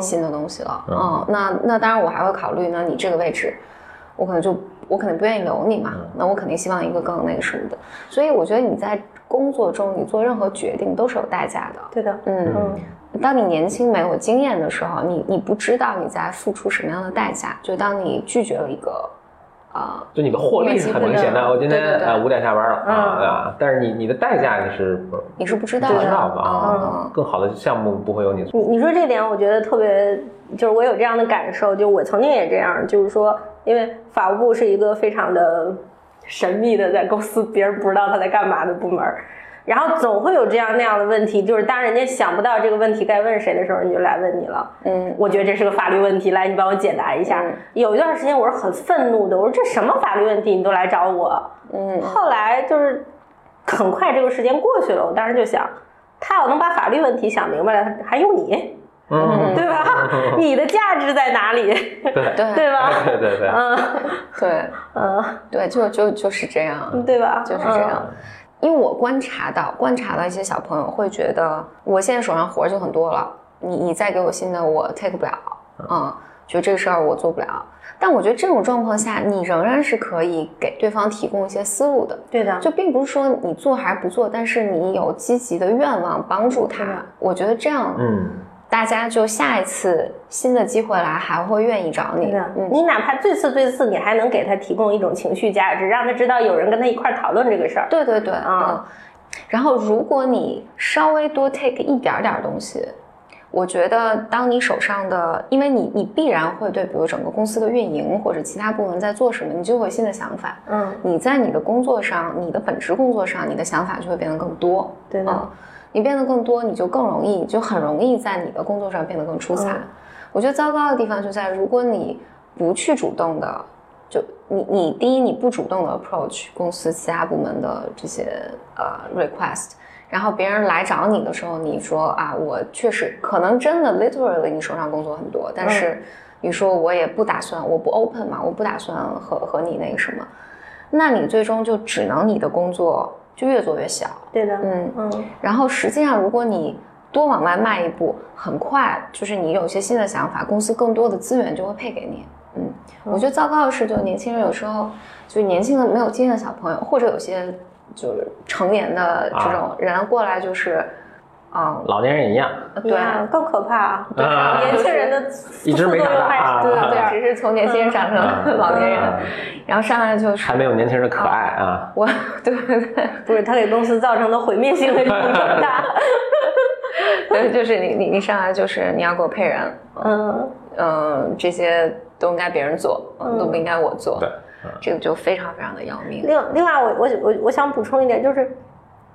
S3: 新的东西了。
S2: 嗯
S3: 嗯，那那当然我还会考虑，那你这个位置，我可能就我肯定不愿意留你嘛，那我肯定希望一个更那个什么的。所以我觉得你在工作中你做任何决定都是有代价的。
S4: 对的，
S3: 嗯
S4: 嗯
S3: 当你年轻没有经验的时候，你你不知道你在付出什么样的代价。就当你拒绝了一个，啊、
S2: 就你的获利是很明显
S4: 对
S2: 的，
S4: 的
S2: 我今
S3: 对对
S2: 天
S3: 对
S2: 呃五点下班了
S4: 嗯
S2: 啊啊，但是你你的代价你是不
S3: 你是不知道
S2: 不
S3: 的
S2: 知道吧？
S3: 啊
S2: 啊，更好的项目不会有你做。
S4: 你你说这点，我觉得特别，就是我有这样的感受，就我曾经也这样，就是说，因为法务部是一个非常的神秘的，在公司别人不知道他在干嘛的部门儿，然后总会有这样那样的问题，就是当人家想不到这个问题该问谁的时候，你就来问你了。
S3: 嗯
S4: 我觉得这是个法律问题，来，你帮我解答一下。
S3: 嗯
S4: 有一段时间我是很愤怒的，我说这什么法律问题你都来找我。
S3: 嗯
S4: 后来就是很快这个时间过去了，我当时就想，他要能把法律问题想明白了，还用你，
S2: 嗯，
S4: 对吧？你的价值在哪里，
S2: 对对
S3: 对
S4: 对吧？
S2: 对对对，
S4: 嗯
S3: 对
S4: 嗯，
S3: 对，就就就是这样。
S4: 对吧？嗯
S3: 就是这样。因为我观察到，观察到一些小朋友会觉得，我现在手上活儿就很多了，你你再给我新的，我 take 不了，嗯，就这事儿我做不了。但我觉得这种状况下，你仍然是可以给对方提供一些思路的。
S4: 嗯。对的，
S3: 就并不是说你做还是不做，但是你有积极的愿望帮助他
S4: 对的，
S3: 我觉得这样、
S2: 嗯，
S3: 大家就下一次新的机会来还会愿意找
S4: 对
S3: 你
S4: 的。，
S3: 嗯，
S4: 你哪怕最次最次，你还能给他提供一种情绪价值，让他知道有人跟他一块儿讨论这个事儿。
S3: 对对对，嗯
S4: 啊。
S3: 然后如果你稍微多 take 一点儿点儿东西，我觉得当你手上的，因为你你必然会对比如整个公司的运营或者其他部门在做什么，你就会有新的想法。
S4: 嗯，
S3: 你在你的工作上，你的本职工作上，你的想法就会变得更多。
S4: 对的
S3: 嗯，你变得更多，你就更容易，就很容易在你的工作上变得更出彩。
S4: 嗯
S3: 我觉得糟糕的地方就在，如果你不去主动的，就你你第一你不主动的 approach 公司其他部门的这些呃 request，然后别人来找你的时候，你说啊，我确实可能真的 literally 你手上工作很多，但是你说我也不打算，我不 open 嘛，我不打算和和你那个什么，那你最终就只能你的工作就越做越小，
S4: 对的，
S3: 嗯。
S4: 嗯
S3: 然后实际上，如果你多往外迈一步，很快就是你有一些新的想法，公司更多的资源就会配给你。嗯，我觉得糟糕的是，就年轻人有时候就是年轻的没有经验的小朋友，或者有些就是成年的这种人过来就是，嗯，
S2: 老年人也一样，
S3: 呃对。
S4: 呀，更可怕啊！
S2: 啊
S4: 年轻人的
S2: 一直
S4: 副作
S2: 没
S4: 用
S2: 长大啊
S4: 还是
S3: 对对
S2: 啊
S3: 对，只是从年轻人长成了 老年人，
S2: 啊
S3: 然后上来就是
S2: 还没有年轻人可爱啊。
S3: 我， 对对对，
S4: 不是他给公司造成的毁灭性的这种重 大。
S3: 对，就是你你你上来就是你要给我配人，
S4: 嗯，
S3: 嗯，这些都应该别人做，嗯、都不应该我做。
S2: 对，
S3: 这个就非常非常的要命。
S4: 另另外我我我我想补充一点，就是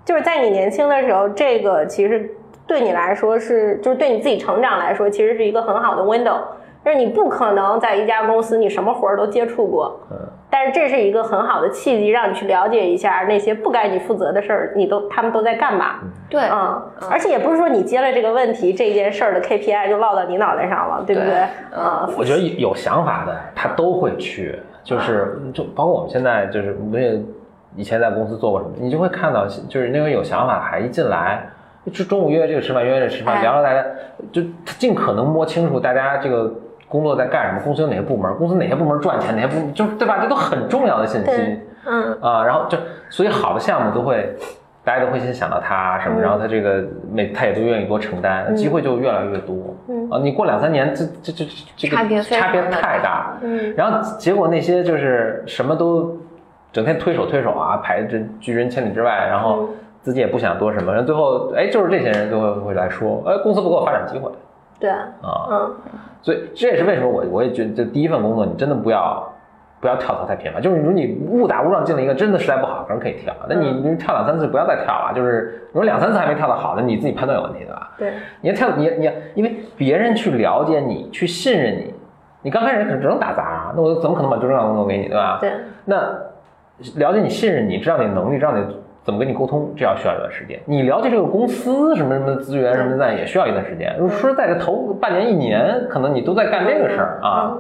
S4: 就是在你年轻的时候，这个其实对你来说是，就是对你自己成长来说，其实是一个很好的 window。就是你不可能在一家公司你什么活儿都接触过，
S2: 嗯
S4: 但是这是一个很好的契机，让你去了解一下那些不该你负责的事儿，你都他们都在干嘛。
S3: 对，
S4: 嗯，而且也不是说你接了这个问题这件事儿的 KPI 就落到你脑袋上了，对不
S3: 对
S4: 对？嗯，
S2: 我觉得有有想法的他都会去，就是
S4: 啊
S2: 就包括我们现在就是我也以前在公司做过什么，你就会看到就是那个有想法还一进来。就中午约这个吃饭，约这个吃饭，
S4: 哎
S2: 聊着来着，就他尽可能摸清楚大家这个工作在干什么，公司有哪些部门，公司哪些部门赚钱，哪些部门就是对吧？这都很重要的信息
S4: 对。嗯，
S2: 啊，然后就所以好的项目都会，大家都会先想到他什么，然后
S3: 嗯
S2: 他这个每他也都愿意多承担，机会就越来越多。
S4: 嗯
S2: 啊，你过两三年，这这这这个
S3: 差别非常
S2: 差别
S3: 地
S2: 太大
S3: 大。
S4: 嗯
S2: 然后结果那些就是什么都整天推手推手啊，排这拒人千里之外，然
S3: 嗯
S2: 后自己也不想多什么，然后最后哎，就是这些人就会会来说，哎，公司不给我发展机会
S4: 对，
S2: 啊。
S4: 嗯，
S2: 所以这也是为什么我我也觉得，就第一份工作你真的不要不要跳槽太频繁，就是如果你误打误撞进了一个真的实在不好，可能可以跳，但你你跳两三次不要再跳了，就是如果两三次还没跳到好的，你自己判断有问题对吧？
S4: 对，
S2: 你要跳你你因为别人去了解你，去信任你，你刚开始可只能打杂，啊那我怎么可能把真正的工作给你对吧？
S4: 对，
S2: 那了解你、信任你，知道你的能力，知道你怎么跟你沟通，这要需要一段时间。你了解这个公司什么什么资源什么的，也需要一段时间。如果说实在的，头半年、一年，可能你都在干这个事儿
S4: 嗯
S2: 啊，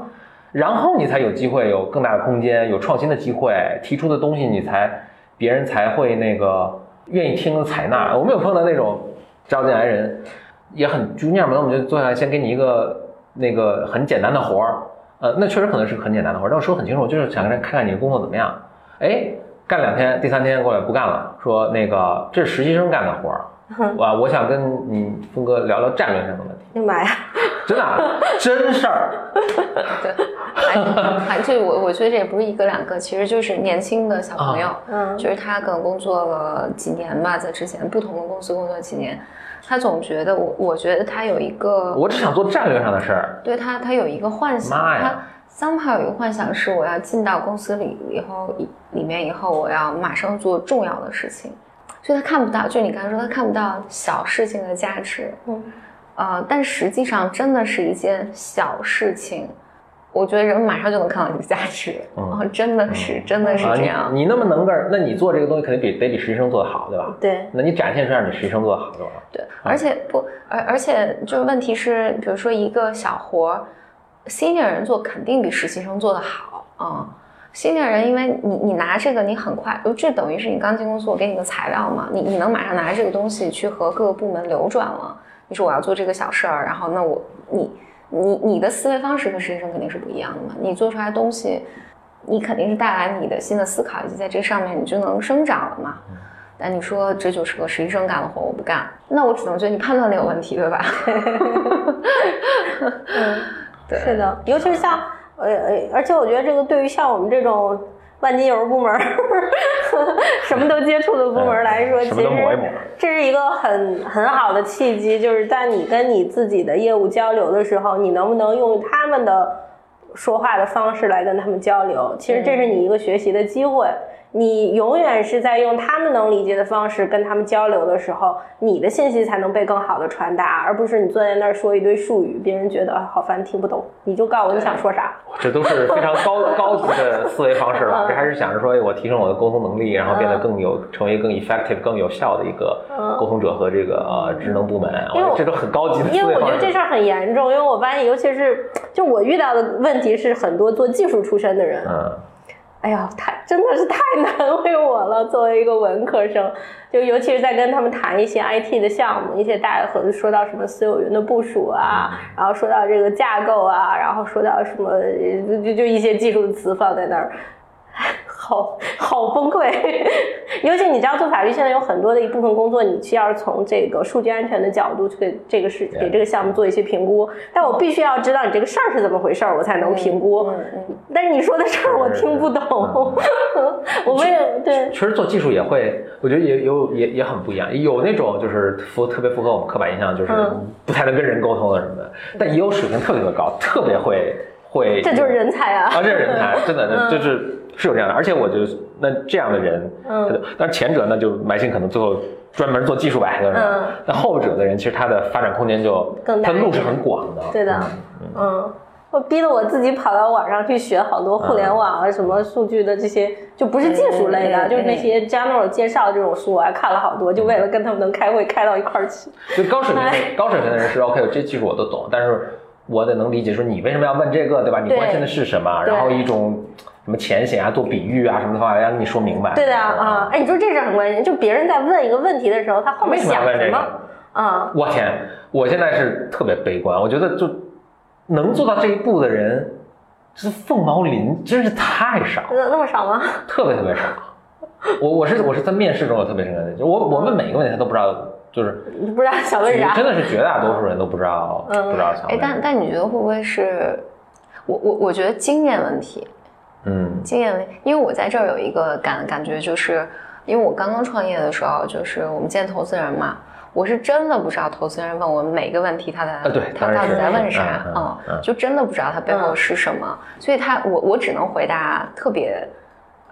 S2: 然后你才有机会有更大的空间，有创新的机会，提出的东西你才别人才会那个愿意听采纳。我们有碰到那种招进来人也很 junior 嘛，那我们就坐下来先给你一个那个很简单的活儿，呃，那确实可能是很简单的活儿，但我说很清楚，就是想看看你的工作怎么样。哎，干两天，第三天过来不干了，说那个这是实习生干的活儿， 我、我想跟你峰哥聊聊战略上的问题，
S4: 哎呀妈呀，
S2: 真的啊真事儿，
S3: 对，还还这我我觉得这也不是一个两个，其实就是年轻的小朋友，
S2: 啊
S4: 嗯
S3: 就是他可能工作了几年吧，在之前不同的公司工作几年，他总觉得我我觉得他有一个，
S2: 我只想做战略上的事儿。
S3: 对他他有一个幻想，
S2: 妈呀
S3: 他 somehow 有一个幻想是我要进到公司里以后以里面以后，我要马上做重要的事情，所以他看不到，就你刚才说他看不到小事情的价值，
S4: 嗯
S3: 呃，但实际上真的是一件小事情，我觉得人马上就能看到你的价值，
S2: 嗯
S3: 哦，真的是，真
S4: 哎
S3: 的是
S2: 啊，
S3: 这
S2: 你
S3: 样，
S2: 你那么能干儿，那你做这个东西肯定比得比实习生做的好，对吧？
S4: 对，
S2: 那你展现出让你实习生做的好就完了。
S3: 对，而且不，而而且就是问题是，比如说一个小活儿，senior 人做肯定比实习生做的好啊。senior 人，因为你你拿这个你很快，就这等于是你刚进公司，我给你个材料嘛，你你能马上拿这个东西去和各个部门流转了。你说我要做这个小事儿，然后那我你你你的思维方式和实习生肯定是不一样的嘛，你做出来的东西，你肯定是带来你的新的思考，以及在这上面你就能生长了嘛。但你说这就是个实习生干的活，我不干，那我只能觉得你判断力有问题，对吧？
S4: 是的，尤其是像呃呃，而且我觉得这个对于像我们这种万金油部门儿， 什么都接触的部门儿来说，
S2: 嗯
S4: 其
S2: 什么都
S4: 实
S2: 抹一抹
S4: 这是一个很很好的契机，就是在你跟你自己的业务交流的时候，你能不能用他们的说话的方式来跟他们交流？其实这是你一个学习的机会。你永远是在用他们能理解的方式跟他们交流的时候，你的信息才能被更好的传达，而不是你坐在那儿说一堆术语，别人觉得啊好烦，听不懂。你就告诉我你想说啥。
S2: 这都是非常 高高级的思维方式
S4: 嗯
S2: 了。这还是想着说我提升我的沟通能力，然后变得更有，成为更 effective、更有效的一个沟通者和这个呃职能部门。我
S4: 嗯因为
S2: 觉
S4: 我
S2: 得这都很高级的
S4: 因
S2: 思维
S4: 为我觉
S2: 方
S4: 得这
S2: 式
S4: 事。儿很严重，因为我发现，尤其是就我遇到的问题是很多做技术出身的人，
S2: 嗯，
S4: 哎呀，太真的是太难为我了。作为一个文科生，就尤其是在跟他们谈一些 IT 的项目，一些大合说到什么私有云的部署啊，然后说到这个架构啊，然后说到什么就就就一些技术词放在那儿。 好好崩溃， 尤其你知道做法律现在有很多的一部分工作，你需要从这个数据安全的角度去给这个事
S2: Yeah.
S4: 给这个项目做一些评估，但我必须要知道你这个事儿是怎么回事儿，我才能评估。
S3: 嗯嗯
S4: 但是你说的事儿我听不懂，
S2: 嗯
S4: 我们也对
S2: 确实做技术也会，我觉得也有也也很不一样，有那种就是符特别符合我们刻板印象，就是
S4: 嗯
S2: 不太能跟人沟通的什么的，但也有水平特别特别高，特别会会，
S4: 这就是人才啊！
S2: 啊，这是人才，真的
S4: 嗯
S2: 就是是有这样的，而且我觉得那这样的人，
S4: 嗯
S2: 他就，但是前者呢就埋心可能最后专门做技术吧，就是
S4: 嗯，
S2: 那后者的人其实他的发展空间就
S4: 更大
S2: 他的
S4: 一
S2: 路是
S4: 点
S2: 很广的，
S4: 对的，嗯，我逼得我自己跑到网上去学好多互联网啊、
S2: 嗯
S4: 什么数据的这些，就不是技术类的，
S2: 哎
S3: 嗯嗯嗯
S4: 就是那些 general 介绍这种书，我还啊看了好多，就
S2: 嗯
S4: 为了跟他们能开会开到一块儿去。
S2: 就高水平的
S4: 哎
S2: 高水平的人是 OK，这技术我都懂，但是我得能理解说你为什么要问这个，对吧？你
S4: 对
S2: 关心的是什么？
S4: 对
S2: 然后一种什么浅显啊，做比喻啊什么的话，让你说明白。
S4: 对的啊，哎，你说这事儿很关键，就别人在问一个问题的时候，他后
S2: 嗯为
S4: 面
S2: 什么要
S4: 想
S2: 问
S4: 什
S2: 这个？
S4: 么啊？
S2: 我天，我现在是特别悲观，我觉得就能做到这一步的人，这凤毛麟真是太少，
S4: 那那么少吗？
S2: 特别特别少。我我是我是在面试中有特别深刻的，就我我
S3: 嗯
S2: 问每一个问题他都不知道，就是
S4: 你不知道想问啥
S2: 真？的是绝大多数人都不知道、
S4: 嗯
S2: 不知道想
S3: 啊哎，
S2: 问什
S3: 但
S2: 么
S3: 但你觉得会不会是，我我我觉得经验问题，
S2: 嗯
S3: 经验问题，因为我在这儿有一个感感觉，就是因为我刚刚创业的时候，就是我们见投资人嘛，我是真的不知道投资人问我每个问题他在、
S2: 啊对
S3: 他
S2: 当然
S3: 到底
S2: 是
S3: 在问
S2: 嗯
S3: 啥，
S2: 嗯
S3: 嗯，
S2: 嗯
S3: 就真的不知道他背后是什么，所以他我我只能回答特别。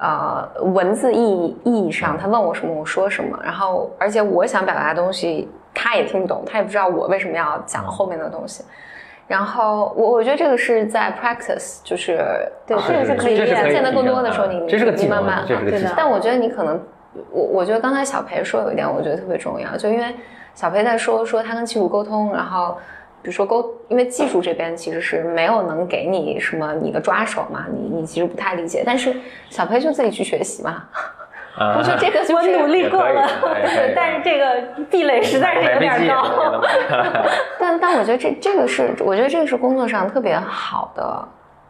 S3: 呃，文字意义意义
S2: 嗯
S3: 上，他问我什么，我说什么。然后，而且我想表达的东西，他也听不懂，他也不知道我为什么要
S2: 嗯
S3: 讲后面的东西。然后，我我觉得这个是在 practice，就是
S4: 对
S3: 呃
S4: 这个是可以
S2: 这是
S4: 练
S2: 可以
S3: 见得更多的时候
S2: 提升
S3: 你
S2: 这是个技
S3: 你
S2: 能
S3: 慢
S2: 问
S3: 慢
S2: 题，这是个
S4: 对
S2: 技
S4: 的
S2: 能。
S3: 但我觉得你可能，我我觉得刚才小裴说有一点，我觉得特别重要，就因为小裴在说说他跟技术沟通，然后比如说沟，因为技术这边其实是没有能给你什么你的抓手嘛，你你其实不太理解，但是小裴就自己去学习嘛，
S2: 啊
S3: 我觉得这个就
S4: 我
S3: 是
S4: 努力过了
S2: 也可以也可哎以，
S4: 但是这个壁垒实在是 有点高。
S3: 但但我觉得这这个是，我觉得这个是工作上特别好的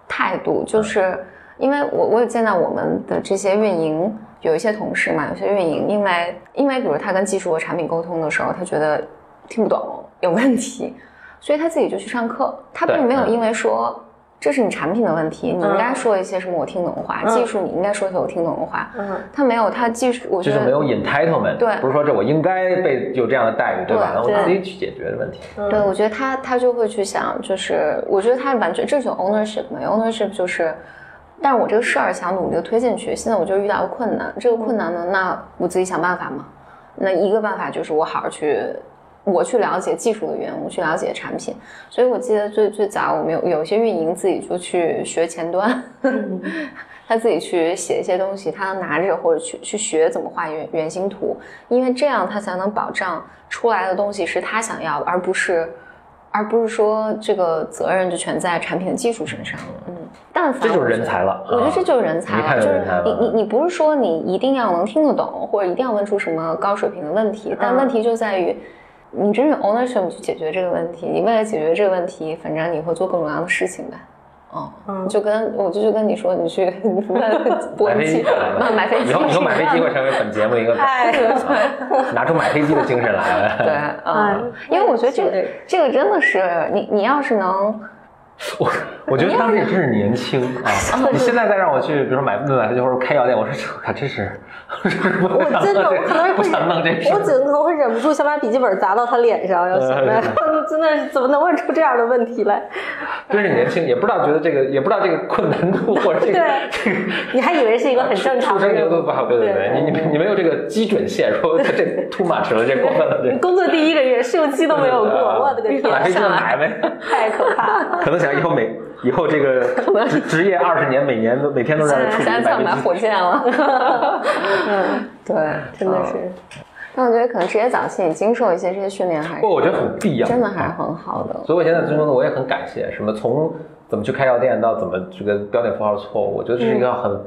S3: 态度，就是因为我我有见到我们的这些运营有一些同事嘛，有些运营因为因为比如他跟技术和产品沟通的时候，他觉得听不懂有问题，所以他自己就去上课，他
S2: 对
S3: 并没有
S2: 嗯
S3: 因为说。这是你产品的问题，你应该
S4: 嗯
S3: 说一些什么我听懂的话，
S4: 嗯
S3: 技术你应该说一些我听懂的话。
S4: 嗯，
S3: 他没有，他技术我
S2: 就
S3: 觉
S2: 是
S3: 得
S2: 没有 entitlement，
S3: 对
S2: 不是说这我应该被有这样的待遇，对吧？
S3: 对
S2: 我自己去解决的问题。
S3: 对，我觉得他他就会去想，就是我觉得他完全这种 ownership 嘛，ownership 就是，但是我这个事儿想努力的推进去，现在我就遇到个困难，这个困难呢，那我自己想办法嘛。那一个办法就是我好好去，我去了解技术的原因，我去了解产品。所以我记得最最早我们有有一些运营自己就去学前端， 他自己去写一些东西，他拿着或者去去学怎么画原原型图，因为这样他才能保障出来的东西是他想要的，而不是。而不是说这个责任就全在产品的技术身上，嗯，但凡
S2: 这就是
S3: 我觉得
S2: 人才了
S3: 我觉得
S2: 啊
S3: 这就是人才
S2: 一看
S3: 了，
S2: 就
S3: 就是是
S2: 人才了
S3: 你你你不是说你一定要能听得懂，或者一定要问出什么高水平的问题，但
S4: 嗯
S3: 问题就在于，你真有 ownership 去解决这个问题。你为了解决这个问题，反正你会做各种各样的事情呗。哦，
S4: 嗯
S3: 就跟我就就跟你说，你去你不 问
S2: 买
S3: 播
S2: 飞
S3: 音
S2: 机
S3: 器，，买飞机
S2: 哎以后以后买飞
S3: 是
S2: 机
S3: 一样
S2: 会
S3: 的
S2: 成为本节目的一个，
S4: 哎，
S2: 拿出买飞机的精神来。
S3: 对，嗯，因为我觉得这个这个真的是你你要是 能
S2: 我我觉得当时也真是年轻 啊！
S4: 哦
S2: 你现在再让我去，比如说买买飞机或者开药店，我说这可真是， 我
S4: 我真的，我可能会，
S2: 不想弄这事
S4: 我只能会忍不住想把笔记本砸到他脸上，要想
S2: 哎
S4: 来，真的是怎么能问出这样的问题来？
S2: 真是年轻，也不知道觉得这个，也不知道这个困难度 或者这个
S4: 对
S2: 这个
S4: 你还以为是一个很正 常
S2: 出
S4: 的
S2: 生
S4: 任
S2: 牛犊
S4: 务
S2: 不好，对对对，你你你没有这个基准线，说这 too much 了，这过分了，这
S4: 你工作第一个月试用 期都没有过，我的个天
S2: 买飞机就
S4: 啊，
S2: 买呗。
S4: 太可怕了！
S2: 可能想以后每以后这个职职业二十年，每年都每天都在那处理
S3: 想想买
S2: 百
S3: 火箭了，
S4: 嗯，
S3: 对，
S4: 真的
S2: 嗯
S4: 是，
S3: 但我觉得可能职业早期你经受一些这些训练还
S2: 不过我觉得很必要，
S3: 真的还是很好 的。
S2: 所以我现在最终的我也很感谢，什么从怎么去开药店到怎么这个标点符号错误，我觉得这是一个很、很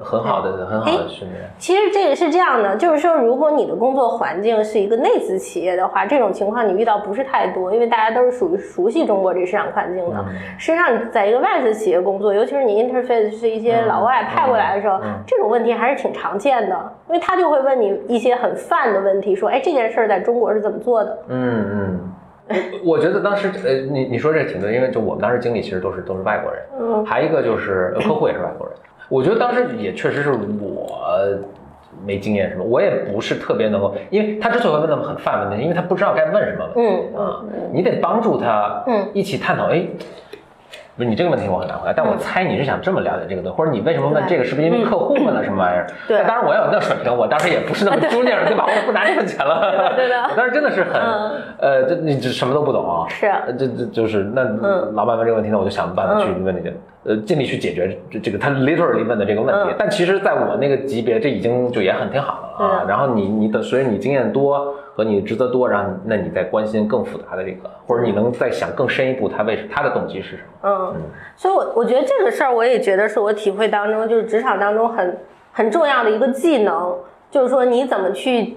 S2: 很好
S3: 嗯
S2: 的很好
S3: 哎
S2: 的训练。
S4: 其实这个是这样的，就是说，如果你的工作环境是一个内资企业的话，这种情况你遇到不是太多，因为大家都是属于熟悉中国这市场环境的。实际上，你在一个外资企业工作，尤其是你 interface 是一些老外派过来的时候，这种问题还是挺常见的，因为他就会问你一些很泛的问题，说，哎，这件事儿在中国是怎么做的？
S2: 嗯嗯，我我觉得当时呃，你你说这挺对，因为就我们当时经理其实都是都是外国人，
S4: 嗯
S2: 还一个就是呃客户也是外国人。我觉得当时也确实是我没经验什么，我也不是特别能够，因为他之所以会问那么很泛问题，因为他不知道该问什么问题。
S4: 嗯
S2: 啊，你得帮助他，
S4: 嗯
S2: 一起探讨。哎，不是你这个问题我很难回答，但
S4: 嗯
S2: 我猜你是想这么了解这个东西，或者你为什么问这个，是不是因为客户问了什么玩意儿？
S4: 对
S2: 那当然我要有那水平，我当时也不是 那么猪劲儿，对吧？我不拿这份钱了，
S4: 对的对的
S2: 我 当时真的是很，呃，这你这什么都不懂啊，
S4: 是
S2: 呃这这就是那
S4: 嗯
S2: 老板问这个问题，那我就想办法去问那个，呃，尽力去解决这这个他 literally 问的这个问题
S4: 嗯。
S2: 但其实，在我那个级别，这已经就也很挺好了啊
S4: 嗯。
S2: 然后你你的随着你经验多和你职责多，然后你那你再关心更复杂的这个，或者你能再想更深一步，他为他的动机是什么？
S4: 嗯，所以我，我觉得这个事儿，我也觉得是我体会当中，就是职场当中很很重要的一个技能，就是说你怎么去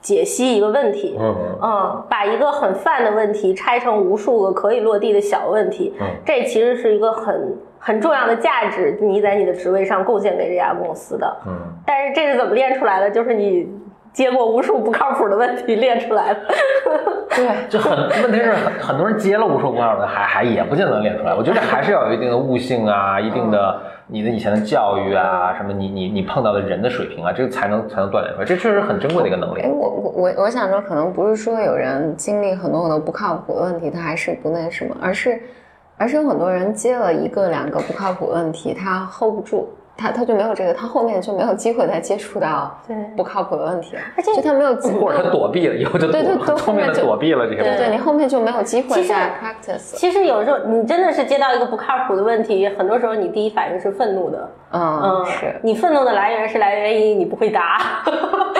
S4: 解析一个问题。
S2: 嗯
S4: 嗯，把一个很泛的问题拆成无数个可以落地的小问题，
S2: 嗯
S4: 这其实是一个很很重要的价值，你在你的职位上贡献给这家公司的。
S2: 嗯，
S4: 但是这是怎么练出来的？就是你接过无数不靠谱的问题练出来的。
S3: 对，
S2: 就很问题是很很多人接了无数不号的，还还也不见得能练出来。我觉得还是要有一定的悟性啊，一定的你的以前的教育啊，什么你你你碰到的人的水平啊，这个才能才能锻炼出来。这确实很珍贵的一个能力
S3: 哎，。我我我我想说，可能不是说有人经历很多很多不靠谱的问题，他还是不那什么，而是而是有很多人接了一个两个不靠谱问题，他 hold 不住，他他就没有这个，他后面就没有机会再接触到
S4: 对
S3: 不靠谱的问题了，
S4: 而且
S3: 就他没有机
S2: 或
S3: 会
S2: 者他。躲避了，以后就躲
S3: 对对都
S2: 后面的
S3: 后面就
S2: 躲避了这些
S3: 对
S2: 问
S3: 对，
S2: 题。
S3: 你后面就没有机
S4: 其
S3: 会
S4: 实
S3: 再 practice 了。
S4: 其实有时候你真的是接到一个不靠谱的问题，很多时候你第一反应是愤怒的。
S3: 嗯，是。
S4: 你愤怒的来源是来源于你不会答，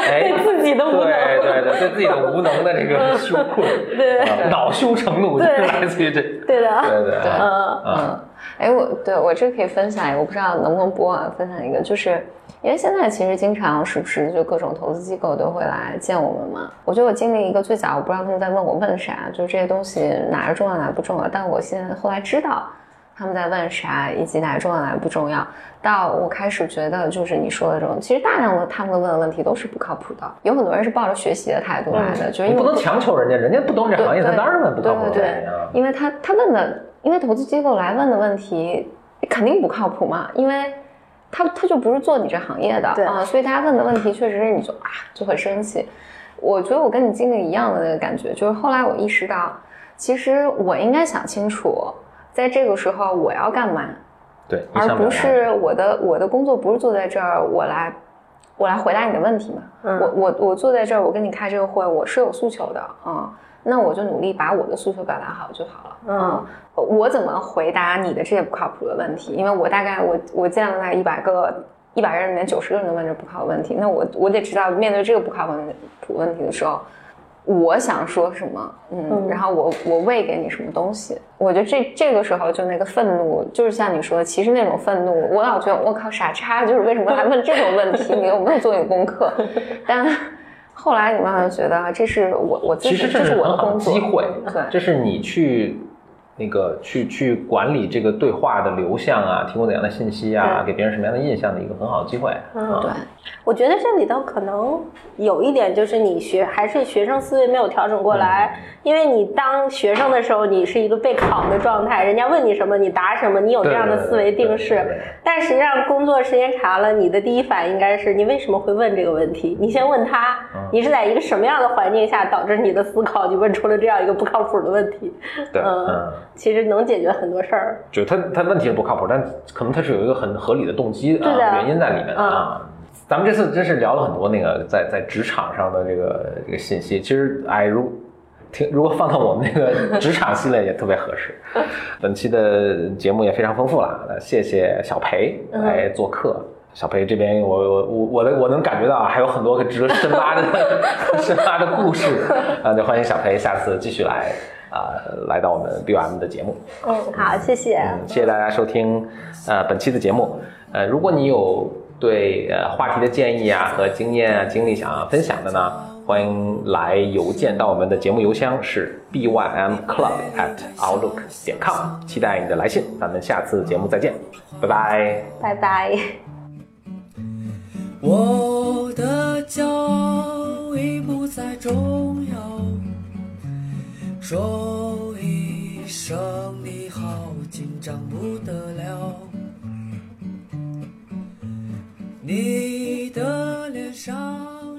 S2: 哎
S4: 对 自己的无能。
S2: 对对对，对自己的无能的这个羞愧，
S4: 对
S2: 啊恼羞成怒就
S4: 对
S2: 是来自于这，对
S4: 对的，
S2: 对
S3: 对
S2: 啊
S4: 嗯
S2: 啊，
S3: 嗯，哎，我对我这可以分享一个，我不知道能不能播啊，分享一个，就是因为现在其实经常时不时就各种投资机构都会来见我们嘛。我觉得我经历一个最早，我不知道他们在问我问啥，就这些东西哪是重要哪不重要，但我现在后来知道他们在问啥，以及哪重要哪不重要，到我开始觉得就是你说的这种，其实大量的他们问的问题都是不靠谱的，有很多人是抱着学习的态度来的，就是
S2: 嗯你
S3: 因为
S2: 不能
S3: 我
S2: 强求人家，人家不懂这行业，
S3: 对
S2: 他
S3: 对
S2: 当然问不靠谱
S3: 对
S4: 对
S2: 人啊。
S3: 因为他他问的，因为投资机构来问的问题肯定不靠谱嘛，因为他他就不是做你这行业的
S4: 对
S3: 啊，所以他问的问题确实是你就啊就很生气。我觉得我跟你经历一样的那个感觉，就是后来我意识到，其实我应该想清楚，在这个时候我要干嘛，
S2: 对，你
S3: 而
S2: 想表
S3: 不
S2: 达
S3: 是我的
S4: 嗯
S3: 我的工作不是坐在这儿我来我来回答你的问题嘛。
S4: 嗯
S3: 我我我坐在这儿，我跟你开这个会，我是有诉求的啊、嗯那我就努力把我的诉求表达好就好了。
S4: 嗯
S3: 嗯，我怎么回答你的这些不靠谱的问题？因为我大概我我见了那一百个一百人里面九十个人都问这不靠谱问题，那我我得知道面对这个不靠谱问谱问题的时候。我想说什么，嗯，
S4: 嗯
S3: 然后我我喂给你什么东西，我觉得这这个时候就那个愤怒，就是像你说的，其实那种愤怒，我老觉得我靠傻叉，就是为什么还问这种问题？你有没有做你功课？但后来你慢慢觉得啊，这是我我自己，
S2: 其实这
S3: 这
S2: 是
S3: 是我
S2: 很
S3: 的
S2: 好
S3: 工
S2: 的
S3: 作
S2: 机会，
S3: 对，
S2: 这是你去那个去去管理这个对话的流向啊，提供怎样的信息啊，给别人什么样的印象的一个很好的机会啊。
S4: 嗯
S3: 对，
S4: 我觉得这里头可能有一点就是你学还是学生思维没有调整过来，
S2: 嗯
S4: 因为你当学生的时候，你是一个被考的状态，人家问你什么你答什么，你有这样的思维定
S2: 对对
S4: 式
S2: 对对。
S4: 但实际上工作时间长了，你的第一反应应该是你为什么会问这个问题？你先问他
S2: 嗯，
S4: 你是在一个什么样的环境下导致你的思考你问出了这样一个不靠谱的问题？
S2: 对，
S4: 嗯
S2: 嗯，
S4: 其实能解决很多事儿。
S2: 就他他问题是不靠谱，但可能他是有一个很合理的动机
S4: 对的嗯
S2: 啊原因在里面的啊。咱们这次真是聊了很多那个在在职场上的这个这个信息，其实哎如。听，如果放到我们那 个职场系列也特别合适。本期的节目也非常丰富了，那谢谢小裴
S4: 嗯
S2: 来做客。小裴这边我，我我我的我能感觉到啊，还有很多个值得深挖 的深挖的故事啊，就欢迎小裴下次继续来啊、来到我们 BOM 的节目。
S4: 嗯，好，谢谢。
S2: 嗯，谢谢大家收听呃本期的节目。呃，如果你有对呃话题的建议啊和经验啊经历想要分享的呢，欢迎来邮件到我们的节目邮箱是 bymclub at outlook 点 com，期待你的来信，咱们下次节目再见，拜拜。
S4: 拜拜。
S1: 我的骄傲已不再重要，说一声你好，紧张不得了。你的脸上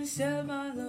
S1: 写满了